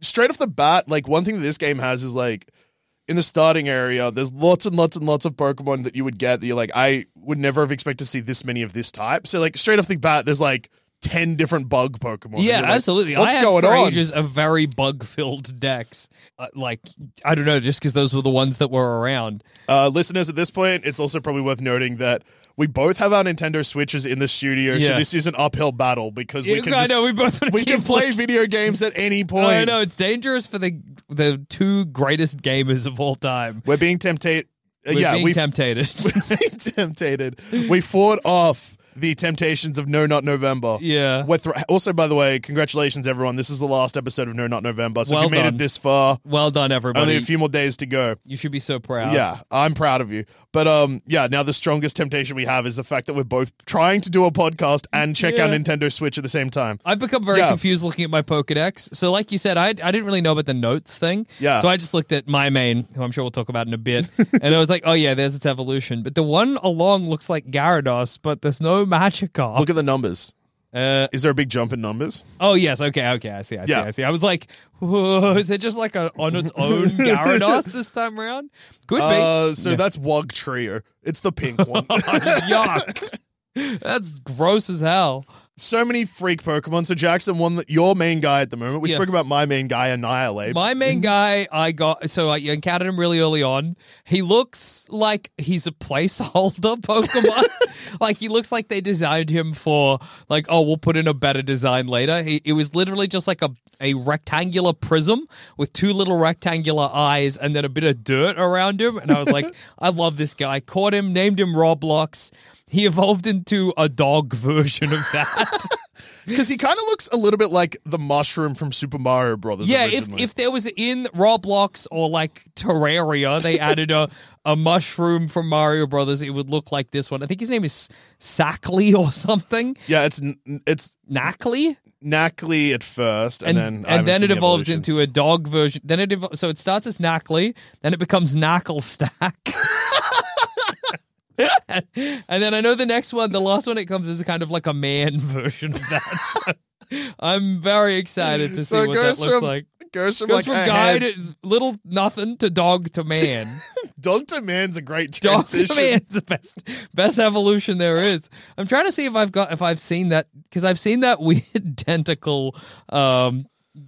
Speaker 4: straight off the bat, like one thing that this game has is like in the starting area, there's lots and lots and lots of Pokemon that you would get that you're like, I would never have expected to see this many of this type. So like straight off the bat, there's like ten different bug Pokemon. and
Speaker 5: Yeah,
Speaker 4: you're like,
Speaker 5: absolutely.
Speaker 4: What's
Speaker 5: I had
Speaker 4: going
Speaker 5: for
Speaker 4: on?
Speaker 5: ages of very bug-filled decks. Uh, like I don't know, just because those were the ones that were around.
Speaker 4: Uh, listeners, at this point, it's also probably worth noting that we both have our Nintendo Switches in the studio, so
Speaker 5: Yeah.
Speaker 4: this is an uphill battle because we
Speaker 5: Yeah,
Speaker 4: can
Speaker 5: I
Speaker 4: just-
Speaker 5: know, we both wanna
Speaker 4: we can
Speaker 5: keep
Speaker 4: play
Speaker 5: looking.
Speaker 4: video games at any point.
Speaker 5: I know it's dangerous for the the two greatest gamers of all time.
Speaker 4: We're being tempted. Uh,
Speaker 5: We're
Speaker 4: yeah,
Speaker 5: being
Speaker 4: we
Speaker 5: tempted.
Speaker 4: we're being tempted. We fought off the temptations of No Not November.
Speaker 5: Yeah.
Speaker 4: We're thr- also, by the way, congratulations everyone. This is the last episode of No Not November. So
Speaker 5: Well
Speaker 4: if you made
Speaker 5: done.
Speaker 4: it this far.
Speaker 5: well done,
Speaker 4: Only
Speaker 5: everybody.
Speaker 4: a few more days to go.
Speaker 5: you should be so proud.
Speaker 4: Yeah, I'm proud of you. But um, yeah, now the strongest temptation we have is the fact that we're both trying to do a podcast and check out
Speaker 5: Yeah.
Speaker 4: Nintendo Switch at the same time.
Speaker 5: I've become very
Speaker 4: Yeah.
Speaker 5: confused looking at my Pokedex. So, like you said, I, I didn't really know about the notes thing.
Speaker 4: Yeah.
Speaker 5: So I just looked at my main, who I'm sure we'll talk about in a bit, and I was like, oh yeah, there's its evolution. But the one along looks like Gyarados, but there's no Magikarp.
Speaker 4: Look at the numbers.
Speaker 5: Uh,
Speaker 4: Is there a big jump in numbers?
Speaker 5: Oh yes, okay, okay, I see, I
Speaker 4: Yeah.
Speaker 5: see, I see. I was like, whoa, is it just like a, on its own Gyarados this time around? Could be.
Speaker 4: Uh, so that's Wog Trio. It's the pink one.
Speaker 5: Yuck. That's gross as hell.
Speaker 4: so many freak Pokemon. So Jackson, one that your main guy at the moment. We
Speaker 5: Yeah.
Speaker 4: spoke about my main guy, Annihilate.
Speaker 5: My main guy, I got so I encountered him really early on. He looks like he's a placeholder Pokemon. like he looks like they designed him for like, oh, we'll put in a better design later. He, it was literally just like a a rectangular prism with two little rectangular eyes and then a bit of dirt around him. And I was like, I love this guy. Caught him, named him Roblox. He evolved into a dog version of that.
Speaker 4: because he kind of looks a little bit like the mushroom from Super Mario Brothers.
Speaker 5: Yeah,
Speaker 4: originally.
Speaker 5: if if there was in Roblox or like Terraria, they added a a mushroom from Mario Brothers, it would look like this one. I think his name is Sackley or something.
Speaker 4: yeah, it's n- it's
Speaker 5: Knackley?
Speaker 4: knackly at first, and, then I haven't
Speaker 5: and then
Speaker 4: seen
Speaker 5: it
Speaker 4: the
Speaker 5: evolves
Speaker 4: evolution.
Speaker 5: into a dog version. Then it evol- so it starts as Knackley, then it becomes Knacklestack. and then I know the next one, the last one, it comes as kind of like a man version of that. So I'm very excited to see
Speaker 4: So it
Speaker 5: what that
Speaker 4: goes
Speaker 5: looks
Speaker 4: from-
Speaker 5: like.
Speaker 4: It goes from
Speaker 5: Goes
Speaker 4: like
Speaker 5: from
Speaker 4: a
Speaker 5: guy
Speaker 4: hand-
Speaker 5: to little nothing to dog to man.
Speaker 4: dog to man's a great
Speaker 5: dog to
Speaker 4: transition.
Speaker 5: man's the best best evolution there is. I'm trying to see if I've got if I've seen that because I've seen that weird tentacle um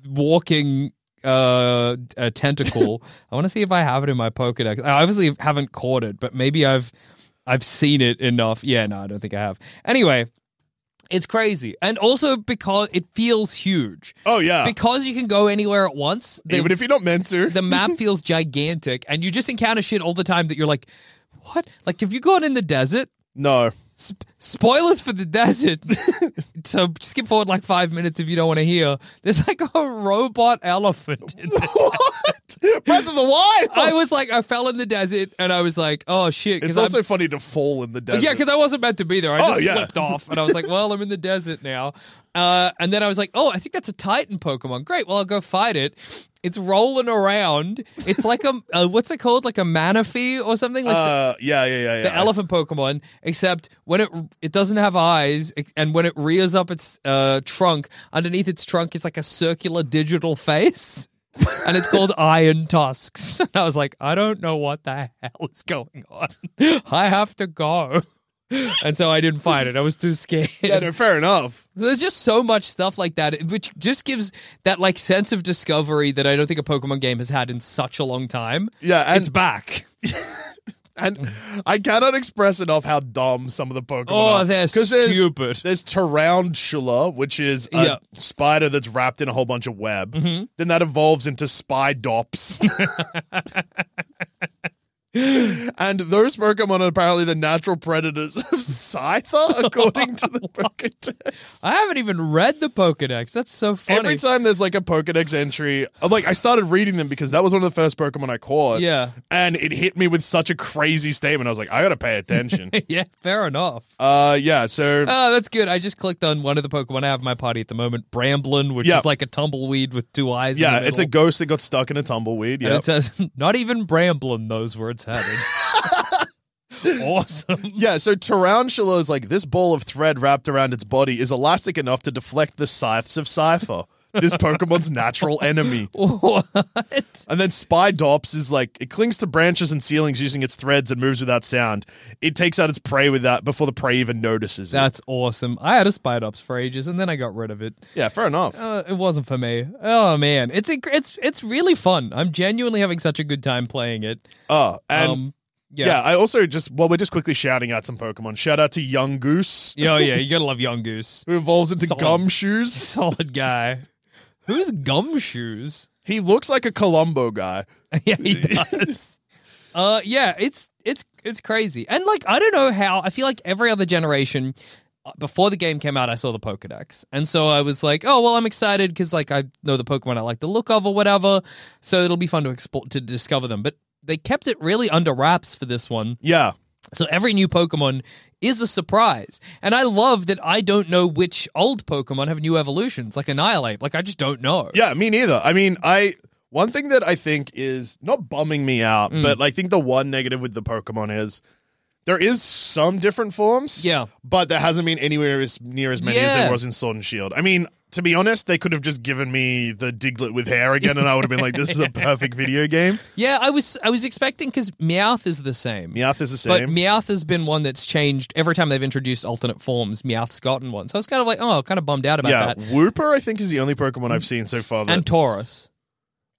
Speaker 5: walking uh, uh tentacle. I want to see if I have it in my Pokedex. I obviously haven't caught it, but maybe I've I've seen it enough. Yeah, no, I don't think I have. Anyway, it's crazy. And also because it feels huge.
Speaker 4: Oh yeah,
Speaker 5: Because you can go anywhere at once. the-
Speaker 4: even if you're not meant to.
Speaker 5: the map feels gigantic and you just encounter shit all the time that you're like what like have you gone in the desert
Speaker 4: no,
Speaker 5: Sp- spoilers for the desert so skip forward like five minutes if you don't want to hear there's like a robot elephant in the-
Speaker 4: what? Breath of the Wild.
Speaker 5: i was like i fell in the desert and i was like oh shit
Speaker 4: it's
Speaker 5: I'm-
Speaker 4: also funny to fall in the desert.
Speaker 5: Yeah, because I wasn't meant to be there. I
Speaker 4: Oh,
Speaker 5: just
Speaker 4: yeah.
Speaker 5: slipped off, and I was like, "Well, I'm in the desert now." Uh, and then I was like, "Oh, I think that's a Titan Pokemon. Great. Well, I'll go fight it." It's rolling around. It's like a uh, what's it called? Like a Manaphy or something. Like
Speaker 4: uh, yeah, yeah, yeah, yeah.
Speaker 5: the elephant Pokemon, except when it it doesn't have eyes, and when it rears up its uh, trunk, underneath its trunk is like a circular digital face, and it's called Iron Tusks. And I was like, I don't know what the hell is going on. I have to go. And so I didn't find it. I was too scared.
Speaker 4: yeah, no, fair enough.
Speaker 5: So There's just so much stuff like that, which just gives that like sense of discovery that I don't think a Pokemon game has had in such a long time.
Speaker 4: Yeah, and
Speaker 5: it's back.
Speaker 4: And I cannot express enough how dumb some of the Pokemon
Speaker 5: Oh,
Speaker 4: are.
Speaker 5: they're
Speaker 4: 'Cause there's,
Speaker 5: stupid.
Speaker 4: There's Tarantula, which is a
Speaker 5: Yeah. Mm-hmm.
Speaker 4: spider that's wrapped in a whole bunch of web. Then that evolves into Spydops. and those Pokemon are apparently the natural predators of Scyther, according to the Pokedex.
Speaker 5: I haven't even read the Pokedex. That's so funny.
Speaker 4: Every time there's like a Pokedex entry, uh, like I started reading them because that was one of the first Pokemon I caught.
Speaker 5: Yeah.
Speaker 4: And it hit me with such a crazy statement. I was like, I gotta pay attention.
Speaker 5: yeah, fair enough.
Speaker 4: Uh, yeah. So
Speaker 5: Oh, that's good. I just clicked on one of the Pokemon I have in my party at the moment, Bramblin, which
Speaker 4: Yeah.
Speaker 5: is like a tumbleweed with two eyes. in
Speaker 4: yeah,
Speaker 5: the
Speaker 4: it's a
Speaker 5: middle.
Speaker 4: ghost that got stuck in a tumbleweed.
Speaker 5: And
Speaker 4: Yeah,
Speaker 5: it says, not even Bramblin knows where it's headed. awesome.
Speaker 4: yeah. So tarantula is like this ball of thread wrapped around its body is elastic enough to deflect the scythes of Cypher, this Pokemon's natural enemy.
Speaker 5: What?
Speaker 4: And then Spydops is like it clings to branches and ceilings using its threads and moves without sound. It takes out its prey with that before the prey even notices it.
Speaker 5: That's awesome. I had a Spidops for ages and then I got rid of it.
Speaker 4: yeah, fair enough.
Speaker 5: Uh, it wasn't for me. Oh man, it's inc- it's it's really fun. I'm genuinely having such a good time playing it.
Speaker 4: Uh, and
Speaker 5: um,
Speaker 4: yeah. I also just well, we're just quickly shouting out some Pokemon. Shout out to Young Goose,
Speaker 5: yeah, oh, yeah. You gotta love Young Goose.
Speaker 4: who evolves into
Speaker 5: Solid.
Speaker 4: gumshoes.
Speaker 5: solid guy. Who's gumshoes?
Speaker 4: He looks like a Columbo guy.
Speaker 5: yeah, he does. uh, yeah, it's it's it's crazy, and like I don't know how. I feel like every other generation. uh, Before the game came out, I saw the Pokedex, and so I was like, "Oh well, I'm excited because like I know the Pokemon I like the look of or whatever, so it'll be fun to explore to discover them." But they kept it really under wraps for this one,
Speaker 4: Yeah.
Speaker 5: so every new Pokemon is a surprise. And I love that I don't know which old Pokemon have new evolutions, like Annihilate. Like I just don't know.
Speaker 4: Yeah, me neither. I mean, I one thing that I think is not bumming me out,
Speaker 5: Mm.
Speaker 4: but I think the one negative with the Pokemon is there is some different forms.
Speaker 5: Yeah.
Speaker 4: But there hasn't been anywhere as near as many as
Speaker 5: Yeah.
Speaker 4: there was in Sword and Shield. I mean, to be honest, they could have just given me the Diglett with hair again, and I would have been like, "This is a perfect video game."
Speaker 5: Yeah, I was I was expecting because Meowth is the same.
Speaker 4: Meowth is the
Speaker 5: But
Speaker 4: same.
Speaker 5: Meowth has been one that's changed every time they've introduced alternate forms. Meowth's gotten one, so I was kind of like, oh, kind of bummed out about
Speaker 4: yeah,
Speaker 5: that.
Speaker 4: Whooper, I think, is the only Pokemon I've seen so far. That,
Speaker 5: And Taurus,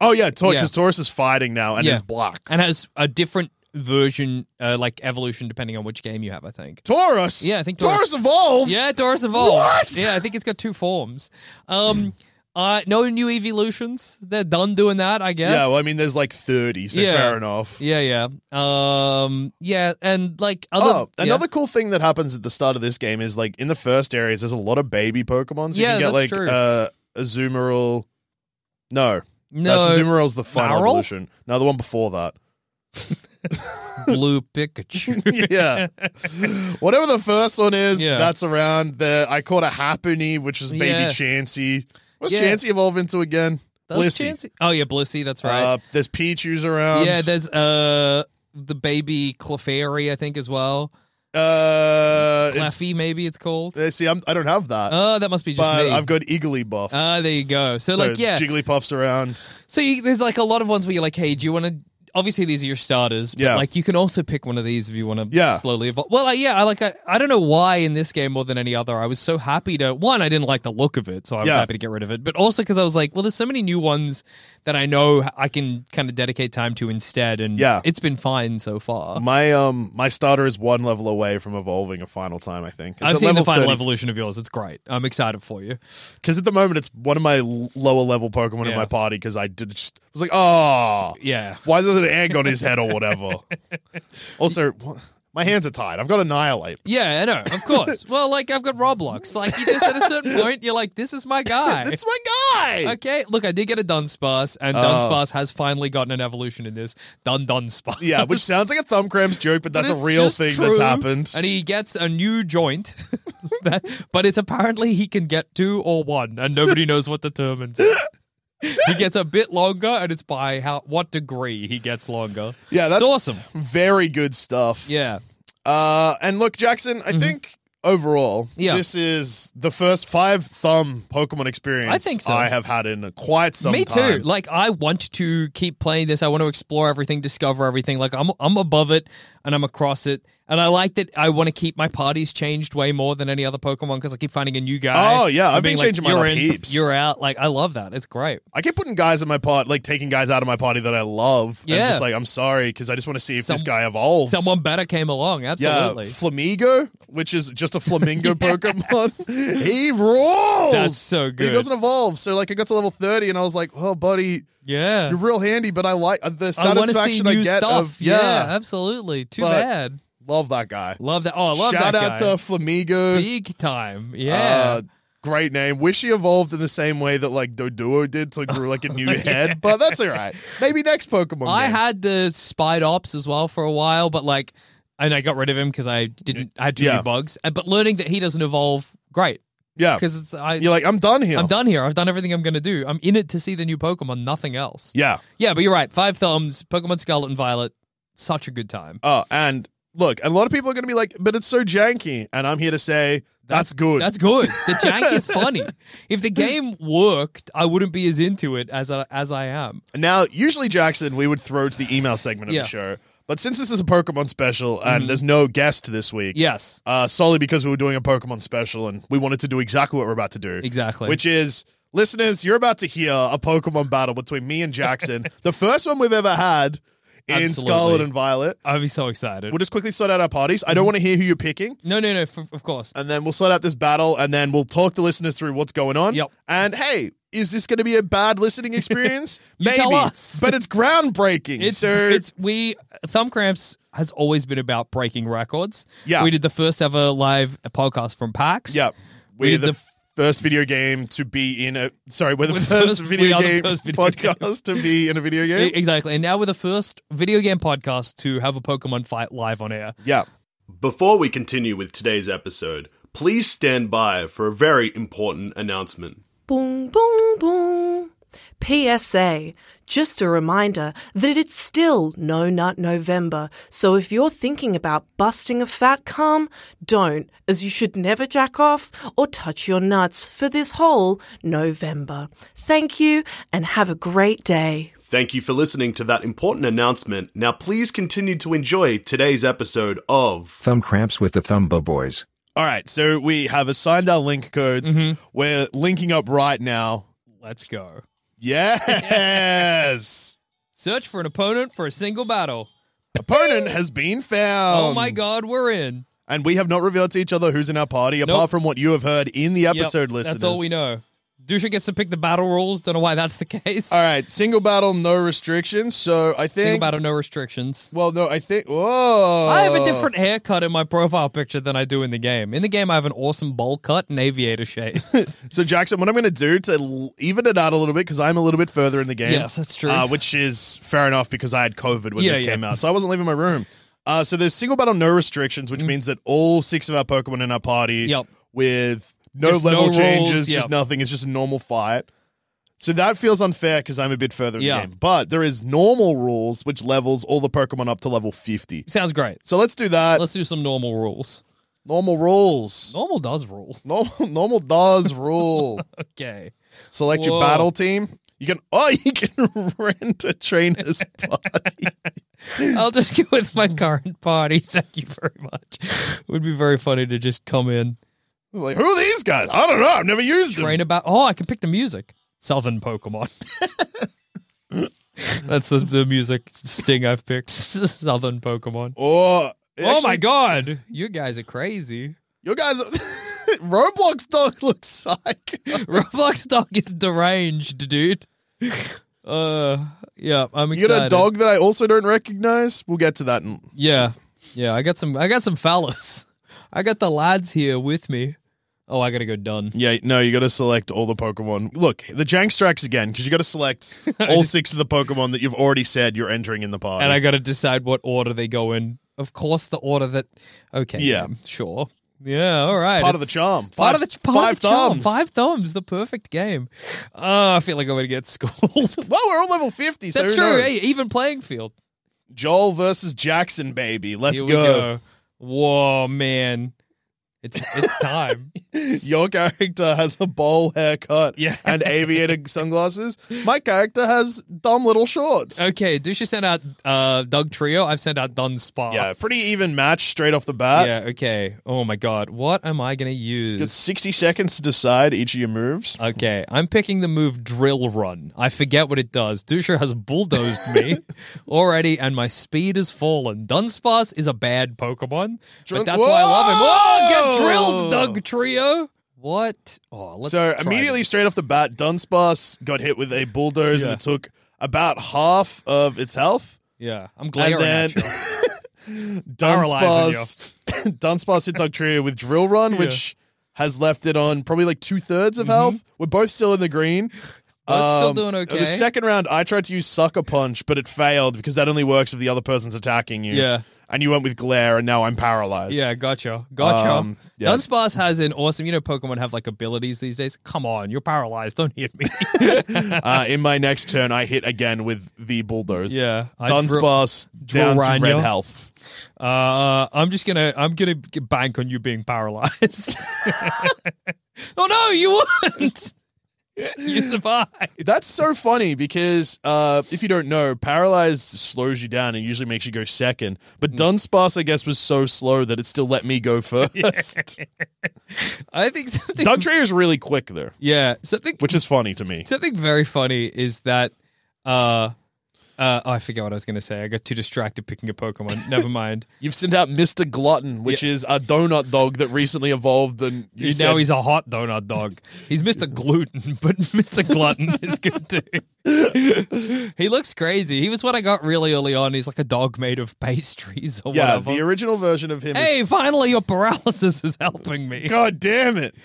Speaker 4: oh yeah, because
Speaker 5: Yeah.
Speaker 4: Taurus is fighting now and
Speaker 5: Yeah.
Speaker 4: is black.
Speaker 5: and has a different version, uh, like evolution, depending on which game you have. I think.
Speaker 4: Taurus.
Speaker 5: Yeah, I think
Speaker 4: Taurus,
Speaker 5: Taurus-
Speaker 4: evolves.
Speaker 5: Yeah, Taurus evolves.
Speaker 4: What?
Speaker 5: Yeah, I think it's got two forms. Um, uh, no new evolutions. They're done doing that, I guess.
Speaker 4: Yeah, well, I mean, there's like 30, so
Speaker 5: Yeah.
Speaker 4: fair enough.
Speaker 5: yeah, yeah. Um, yeah, and like other
Speaker 4: oh, another cool thing that happens at the start of this game is like in the first areas, there's a lot of baby Pokemon. So you can
Speaker 5: Yeah,
Speaker 4: get
Speaker 5: that's
Speaker 4: like
Speaker 5: true.
Speaker 4: uh, Azumarill. No,
Speaker 5: yeah.
Speaker 4: that's
Speaker 5: no
Speaker 4: Azumarill's the final
Speaker 5: Marl?
Speaker 4: evolution. No, the one before that.
Speaker 5: blue Pikachu.
Speaker 4: yeah, whatever the first one is,
Speaker 5: Yeah.
Speaker 4: that's around there. I caught a Happiny, which is baby
Speaker 5: Yeah.
Speaker 4: Chansey. What's
Speaker 5: Yeah.
Speaker 4: Chansey evolve into again?
Speaker 5: Does
Speaker 4: Blissey.
Speaker 5: Chansey- Oh yeah, Blissey. That's right.
Speaker 4: Uh, there's Pichu's around.
Speaker 5: yeah, there's uh the baby Clefairy, I think as well.
Speaker 4: uh, it's,
Speaker 5: Cleffy, maybe it's called.
Speaker 4: uh, see, I'm, I don't have that,
Speaker 5: Oh, that must be just
Speaker 4: but
Speaker 5: me.
Speaker 4: I've got Eagly buff.
Speaker 5: Ah, there you go. So, like, yeah.
Speaker 4: Jigglypuff's around.
Speaker 5: so you, there's like a lot of ones where you're like, hey, do you want to? Obviously, these are your starters. But
Speaker 4: Yeah.
Speaker 5: Like, you can also pick one of these if you want to
Speaker 4: Yeah.
Speaker 5: slowly evolve. Well, I yeah, I like. I, I don't know why in this game more than any other. I was so happy to one. I didn't like the look of it, so I was
Speaker 4: Yeah.
Speaker 5: happy to get rid of it. But also because I was like, well, there's so many new ones that I know I can kind of dedicate time to instead, and
Speaker 4: Yeah.
Speaker 5: it's been fine so far.
Speaker 4: My um my starter is one level away from evolving a final time. I think it's
Speaker 5: I've
Speaker 4: at
Speaker 5: seen
Speaker 4: level
Speaker 5: the final evolution of yours. It's great. I'm excited for you.
Speaker 4: because at the moment it's one of my l- lower level Pokemon in
Speaker 5: Yeah.
Speaker 4: my party because I did just was like oh
Speaker 5: Yeah.
Speaker 4: why is there an egg on his head or whatever. also, wha- my hands are tied. I've got Annihilate.
Speaker 5: Yeah, I know. Of course. well, like I've got Roblox. Like you just at a certain point, you're like, this is my guy.
Speaker 4: It's my guy.
Speaker 5: Okay, look, I did get a Dunsparce, and
Speaker 4: Oh.
Speaker 5: Dunsparce has finally gotten an evolution in this. Dun Dunsparce.
Speaker 4: Yeah, which sounds like a thumb cramps joke, but
Speaker 5: But
Speaker 4: that's a
Speaker 5: it's
Speaker 4: real
Speaker 5: just
Speaker 4: thing
Speaker 5: true,
Speaker 4: that's happened.
Speaker 5: And he gets a new joint, that, but it's apparently he can get two or one, and nobody knows what determines it. He gets a bit longer, and it's by how what degree he gets longer.
Speaker 4: yeah,
Speaker 5: It's
Speaker 4: that's
Speaker 5: awesome.
Speaker 4: Very good stuff.
Speaker 5: Yeah,
Speaker 4: Uh, and look, Jackson, I think overall,
Speaker 5: Mm-hmm. Yeah.
Speaker 4: this is the first five thumb Pokemon experience
Speaker 5: I think so.
Speaker 4: I have had in quite some
Speaker 5: me
Speaker 4: time.
Speaker 5: too. Like I want to keep playing this. I want to explore everything, discover everything. Like I'm, I'm above it, and I'm across it. And I like that. I want to keep my parties changed way more than any other Pokemon because I keep finding a new guy.
Speaker 4: Oh, yeah, I've
Speaker 5: and
Speaker 4: been
Speaker 5: being like,
Speaker 4: changing mine
Speaker 5: you're
Speaker 4: up
Speaker 5: in,
Speaker 4: heaps."
Speaker 5: You're out. Like I love that. It's great.
Speaker 4: I keep putting guys in my party, like taking guys out of my party that I love. And
Speaker 5: Yeah.
Speaker 4: just like, I'm sorry, because I just want to see if this
Speaker 5: Some-
Speaker 4: guy evolves.
Speaker 5: Someone better came along.
Speaker 4: Yeah,
Speaker 5: Absolutely.
Speaker 4: Flamigo, which is just a flamingo Pokemon. he rolls.
Speaker 5: That's so
Speaker 4: But he
Speaker 5: good.
Speaker 4: doesn't evolve. So like, I got to level thirty, and I was like, "Oh, buddy,
Speaker 5: yeah.
Speaker 4: you're real handy." But I like uh, the
Speaker 5: I want to see
Speaker 4: satisfaction I,
Speaker 5: new
Speaker 4: get
Speaker 5: stuff.
Speaker 4: of
Speaker 5: yeah.
Speaker 4: yeah,
Speaker 5: absolutely. Too
Speaker 4: But-
Speaker 5: bad.
Speaker 4: love that guy.
Speaker 5: Love that. Oh, I love
Speaker 4: Shout
Speaker 5: that
Speaker 4: out
Speaker 5: guy.
Speaker 4: to Flamigo.
Speaker 5: Big time. Yeah.
Speaker 4: Uh, great name. Wish he evolved in the same way that like Doduo did, so grew like a new head. But that's all right. Maybe next Pokemon.
Speaker 5: I
Speaker 4: game.
Speaker 5: had the Spide Ops as well for a while, but like, and I got rid of him because I didn't. I had too
Speaker 4: Yeah. Oh.
Speaker 5: many bugs. Uh, But learning that he doesn't evolve, great.
Speaker 4: yeah.
Speaker 5: Because I,
Speaker 4: You're like, I'm done here.
Speaker 5: I'm done here. I've done everything I'm going to do. I'm in it to see the new Pokemon. Nothing else.
Speaker 4: Yeah.
Speaker 5: Yeah, but you're right. Five thumbs. Pokemon Scarlet and Violet. Such a good time.
Speaker 4: Oh, and look, and a lot of people are going to be like, but it's so janky. And I'm here to say that's, good.
Speaker 5: That's good. The jank is funny. If the game worked, I wouldn't be as into it as I, as I am.
Speaker 4: now, usually Jackson, we would throw to the email segment of
Speaker 5: Yeah. Mm-hmm.
Speaker 4: the show, but since this is a Pokemon special and there's no guest this week,
Speaker 5: Yes.
Speaker 4: uh, solely because we were doing a Pokemon special and we wanted to do exactly what we're about to do.
Speaker 5: Exactly.
Speaker 4: Which is, listeners, you're about to hear a Pokemon battle between me and Jackson, the first one we've ever had in
Speaker 5: Absolutely.
Speaker 4: Scarlet and Violet.
Speaker 5: I'd be so excited.
Speaker 4: We'll just quickly sort out our parties. I don't
Speaker 5: Mm-hmm.
Speaker 4: want to hear who you're picking.
Speaker 5: no, no, no. f of course.
Speaker 4: And then we'll sort out this battle and then we'll talk to listeners through what's going on.
Speaker 5: Yep.
Speaker 4: And hey, is this going to be a bad listening experience?
Speaker 5: You
Speaker 4: Maybe.
Speaker 5: tell us.
Speaker 4: But it's groundbreaking.
Speaker 5: It's
Speaker 4: so
Speaker 5: it's we thumb cramps has always been about breaking records.
Speaker 4: Yeah.
Speaker 5: we did the first ever live podcast from PAX.
Speaker 4: Yep.
Speaker 5: We
Speaker 4: We're
Speaker 5: did
Speaker 4: the,
Speaker 5: the
Speaker 4: f- first video game to be in a. Sorry, we're the
Speaker 5: We're the
Speaker 4: first
Speaker 5: first- we
Speaker 4: video
Speaker 5: are the
Speaker 4: game
Speaker 5: first video game.
Speaker 4: podcast to be in a video
Speaker 5: E-
Speaker 4: game.
Speaker 5: exactly. And now we're the first video game podcast to have a Pokemon fight live on air.
Speaker 4: yeah.
Speaker 6: Before we continue with today's episode, please stand by for a very important announcement.
Speaker 3: Boom, boom, boom.
Speaker 7: PSA, just a reminder that it's still No Nut November, so if you're thinking about busting a fat cum, don't, as you should never jack off or touch your nuts for this whole November. Thank you and have a great day.
Speaker 6: Thank you for listening to that important announcement. Now, please continue to enjoy today's episode of.
Speaker 2: Thumb cramps with the Thumbo Boys.
Speaker 4: All right, so we have assigned our link codes.
Speaker 5: Mm-hmm.
Speaker 4: We're linking up right now.
Speaker 5: Let's go.
Speaker 4: Yes.
Speaker 5: Search for an opponent for a single battle.
Speaker 4: Opponent has been found.
Speaker 5: oh my god, we're in.
Speaker 4: And we have not revealed to each other who's in our party, apart from what you have heard in the
Speaker 5: Yep,
Speaker 4: episode listeners.
Speaker 5: That's all we know. Dusha gets to pick the battle rules. Don't know why that's the case.
Speaker 4: All right, single battle, no restrictions. So I think.
Speaker 5: Single battle, no restrictions.
Speaker 4: Well, no, I think. Whoa.
Speaker 5: I have a different haircut in my profile picture than I do in the game. In the game, I have an awesome bowl cut and aviator shades.
Speaker 4: So Jackson, what I'm going to do to l- even it out a little bit because I'm a little bit further in the game.
Speaker 5: Yes, that's true.
Speaker 4: Uh, which is fair enough because I had COVID when
Speaker 5: Yeah,
Speaker 4: this
Speaker 5: yeah.
Speaker 4: came out, so I wasn't leaving my room. Uh, so there's single battle, no restrictions, which means that all six of our Pokemon in our party,
Speaker 5: Mm. Yep.
Speaker 4: with no
Speaker 5: Just
Speaker 4: level
Speaker 5: no
Speaker 4: changes,
Speaker 5: rules,
Speaker 4: just
Speaker 5: yep.
Speaker 4: nothing. It's just a normal fight. So that feels unfair because I'm a bit further in
Speaker 5: Yeah.
Speaker 4: the game, but there is normal rules which levels all the Pokemon up to level 50.
Speaker 5: Sounds great.
Speaker 4: So let's do that.
Speaker 5: Let's do some normal rules.
Speaker 4: normal rules.
Speaker 5: Normal does rule.
Speaker 4: Normal, normal does rule.
Speaker 5: Okay.
Speaker 4: Select your
Speaker 5: Whoa.
Speaker 4: battle team. You can oh, you can rent a trainer's party.
Speaker 5: I'll just go with my current party. Thank you very much. It would be very funny to just come in,
Speaker 4: like who are these guys? I don't know. I've never used
Speaker 5: train about. Oh, I can pick the music. Southern Pokemon. That's the, the music sting I've picked. Southern
Speaker 4: them.
Speaker 5: Pokemon.
Speaker 4: Or
Speaker 5: oh my
Speaker 4: actually,
Speaker 5: god, you guys are crazy.
Speaker 4: you guys! Roblox dog looks psych.
Speaker 5: Roblox dog is deranged, dude. Uh, yeah, I'm
Speaker 4: You
Speaker 5: excited.
Speaker 4: got a dog that I also don't recognize. We'll get to that. In,
Speaker 5: Yeah, yeah. I got some. I got some fellas. I got the lads here with me. Oh, I gotta go done.
Speaker 4: yeah, no, you got to select all the Pokemon. Look, the Jank strikes again because you got to select all six of the Pokemon that you've already said you're entering in the party.
Speaker 5: and I got to decide what order they go in. Of course, the order that. Okay.
Speaker 4: Yeah.
Speaker 5: Sure. Yeah. All right.
Speaker 4: part of the
Speaker 5: It's-
Speaker 4: charm.
Speaker 5: Part of the part
Speaker 4: five
Speaker 5: of the charm.
Speaker 4: thumbs.
Speaker 5: Five thumbs. The perfect game. Oh, I feel like I'm gonna get schooled.
Speaker 4: Well, we're all level fifty. so
Speaker 5: That's
Speaker 4: who
Speaker 5: true.
Speaker 4: knows?
Speaker 5: Hey, even playing field.
Speaker 4: Joel versus Jackson, baby. Let's go.
Speaker 5: Here we go. Whoa, man. It's it's time.
Speaker 4: Your character has a bowl haircut
Speaker 5: Yeah.
Speaker 4: and aviator sunglasses. My character has dumb little shorts.
Speaker 5: okay, Dusha sent out uh Doug Trio. I've sent out Dun Sparks.
Speaker 4: Yeah, pretty even match straight off the bat.
Speaker 5: Yeah. Okay. Oh my God. What am I gonna
Speaker 4: You got
Speaker 5: use?
Speaker 4: 60 seconds to decide each of your moves.
Speaker 5: Okay, I'm picking the move Drill Run. I forget what it does. Dusher has bulldozed me already, and my speed has fallen. Dunsparce is a bad Pokemon,
Speaker 4: Drill-
Speaker 5: but that's why I love him. Oh, get
Speaker 4: Whoa!
Speaker 5: drilled, Doug Trio. What? Oh, let's
Speaker 4: so
Speaker 5: try
Speaker 4: immediately
Speaker 5: this.
Speaker 4: straight off the bat, Dunsparce got hit with a bulldoze
Speaker 5: Yeah.
Speaker 4: and it took about half of its health.
Speaker 5: Yeah, I'm glaring
Speaker 4: and
Speaker 5: at
Speaker 4: then
Speaker 5: you.
Speaker 4: Dunsparce, Dunsparce hit Dugtrio with Drill Run, which has left it on probably like two thirds of health.
Speaker 5: Mm-hmm.
Speaker 4: We're both still in the green.
Speaker 5: Both still doing
Speaker 4: um, oh, The
Speaker 5: okay.
Speaker 4: second round, I tried to use Sucker Punch, but it failed because that only works if the other person's attacking you.
Speaker 5: Yeah.
Speaker 4: And you went with Glare, and now I'm paralyzed.
Speaker 5: Yeah, gotcha. Gotcha.
Speaker 4: Um, yeah.
Speaker 5: Dunsparce has an awesome, you know, Pokemon have like abilities these days. Come on, you're paralyzed. Don't hit me.
Speaker 4: Uh, in my next turn, I hit again with the Bulldoze.
Speaker 5: yeah. I drill-
Speaker 4: Dunsparce
Speaker 5: Drill
Speaker 4: down
Speaker 5: Run
Speaker 4: to red
Speaker 5: you.
Speaker 4: health.
Speaker 5: Uh, I'm just gonna I'm gonna g- bank on you being paralyzed. oh no, you wouldn't. you survived.
Speaker 4: That's so funny because uh, if you don't know, paralyzed slows you down and usually makes you go second.
Speaker 5: Mm.
Speaker 4: But Dunsparce, I guess, was so slow that it still let me go first.
Speaker 5: I think something.
Speaker 4: Dugtrio is really quick there,
Speaker 5: yeah, something
Speaker 4: which is funny to me.
Speaker 5: something very funny is that. Uh, uh, oh, I forget what I was gonna say. I got too distracted picking a Pokemon. Never mind.
Speaker 4: You've sent out Mr. Glutton, which is a donut dog that recently evolved, and you
Speaker 5: now
Speaker 4: said,
Speaker 5: he's a hot donut dog. He's Mr. Gluten, but Mr. Glutton is good too. he looks crazy. He was what I got really early on. He's like a dog made of pastries or
Speaker 4: yeah,
Speaker 5: whatever.
Speaker 4: the original version of him.
Speaker 5: Hey, finally your paralysis is helping
Speaker 4: is,
Speaker 5: me.
Speaker 4: God damn it!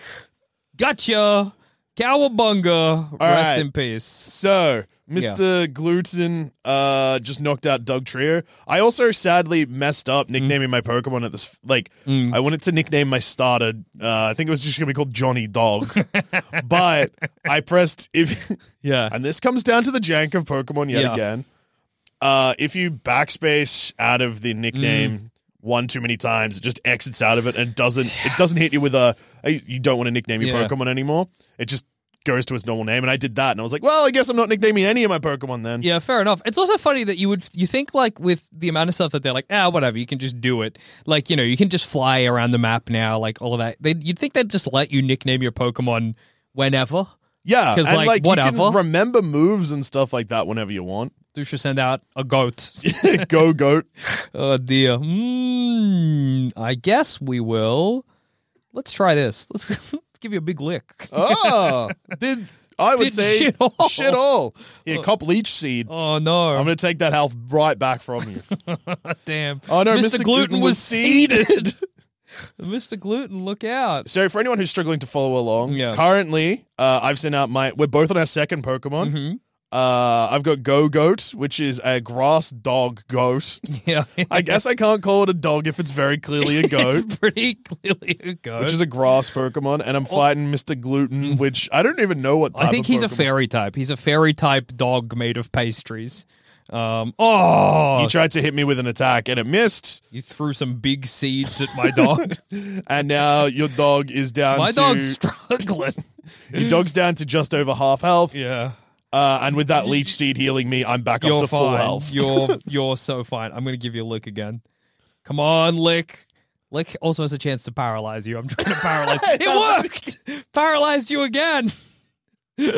Speaker 5: Gotcha. Cowabunga, rest
Speaker 4: right.
Speaker 5: in peace.
Speaker 4: So, Mr. Gluten uh, just knocked out Doug Trio. I also sadly messed up
Speaker 5: Hmm.
Speaker 4: nicknaming my Pokemon at this. Like, I wanted to nickname my starter. Uh, I think it was just going to be called Johnny Dog. but I pressed if,
Speaker 5: Yeah.
Speaker 4: and this comes down to the jank of Pokemon yet
Speaker 5: Yeah.
Speaker 4: again. Uh, if you backspace out of the nickname
Speaker 5: Mm.
Speaker 4: one too many times, it just exits out of it and doesn't. It doesn't hit you with a, "Hey, you don't want to nickname your
Speaker 5: Yeah.
Speaker 4: Pokemon anymore. It just goes to its normal name. And I did that, and I was like, well, I guess I'm not nicknaming any of my Pokemon then.
Speaker 5: Yeah, fair enough. It's also funny that you would you think like with the amount of stuff that they're like, ah, whatever, you can just do it. Like you know, you can just fly around the map now, like all of that. They, you'd think they'd just let you nickname your Pokemon whenever.
Speaker 4: yeah.
Speaker 5: 'Cause,
Speaker 4: and
Speaker 5: like,
Speaker 4: like, you can
Speaker 5: whatever.
Speaker 4: remember moves and stuff like that whenever you want.
Speaker 5: You should send out a goat.
Speaker 4: Go goat.
Speaker 5: oh dear. Mm, I guess we will. Let's try this. Let's, let's give you a big lick.
Speaker 4: Oh, did I would
Speaker 5: Did
Speaker 4: say
Speaker 5: shit all.
Speaker 4: shit all. Yeah, cop leech seed.
Speaker 5: Oh no!
Speaker 4: I'm going to take that health right back from you.
Speaker 5: Damn.
Speaker 4: Oh no,
Speaker 5: Mr. Gluten was
Speaker 4: seeded.
Speaker 5: Mr. Gluten, look out.
Speaker 4: so for anyone who's struggling to follow along,
Speaker 5: Yeah.
Speaker 4: currently uh, I've sent out my. We're both on our second Pokemon.
Speaker 5: Mm-hmm.
Speaker 4: Uh, I've got Go Goat, which is a grass dog goat.
Speaker 5: Yeah.
Speaker 4: I guess I can't call it a dog if it's very clearly a goat.
Speaker 5: It's pretty clearly a goat.
Speaker 4: Which is a grass Pokemon, and I'm fighting Mr. Gluten, which I don't even know what. Type
Speaker 5: Mm. I think
Speaker 4: of
Speaker 5: he's
Speaker 4: Pokemon.
Speaker 5: a fairy type. He's a fairy type dog made of pastries. Um, oh,
Speaker 4: He tried to hit me with an attack, and it missed.
Speaker 5: you threw some big seeds at my dog.
Speaker 4: And now your dog is down.
Speaker 5: my
Speaker 4: to,
Speaker 5: dog's struggling.
Speaker 4: your dog's down to just over half health.
Speaker 5: yeah,
Speaker 4: Uh, and with that leech seed healing me, I'm back up
Speaker 5: you're
Speaker 4: to full
Speaker 5: fine.
Speaker 4: health.
Speaker 5: You're you're so fine. I'm gonna give you a lick again. Come on, lick. Lick also has a chance to paralyze you. I'm trying to paralyze. it worked. Paralyzed you again.
Speaker 4: oh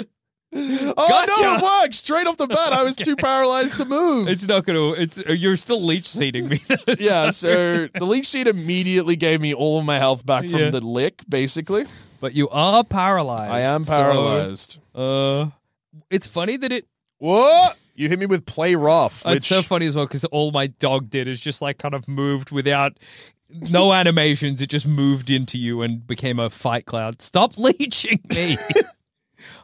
Speaker 4: no,
Speaker 5: Gotcha!
Speaker 4: it worked straight off the bat. I was too paralyzed to move.
Speaker 5: It's not gonna. It's you're still leech seeding me.
Speaker 4: yeah, so the leech seed immediately gave me all of my health back from
Speaker 5: Yeah.
Speaker 4: the lick. Basically,
Speaker 5: but you are paralyzed.
Speaker 4: I am
Speaker 5: so,
Speaker 4: paralyzed.
Speaker 5: uh, it's funny that it
Speaker 4: what? You hit me with play rough. Which,
Speaker 5: It's so funny as well because all my dog did is just like kind of moved without no animations. It just moved into you and became a fight cloud. Stop leeching me.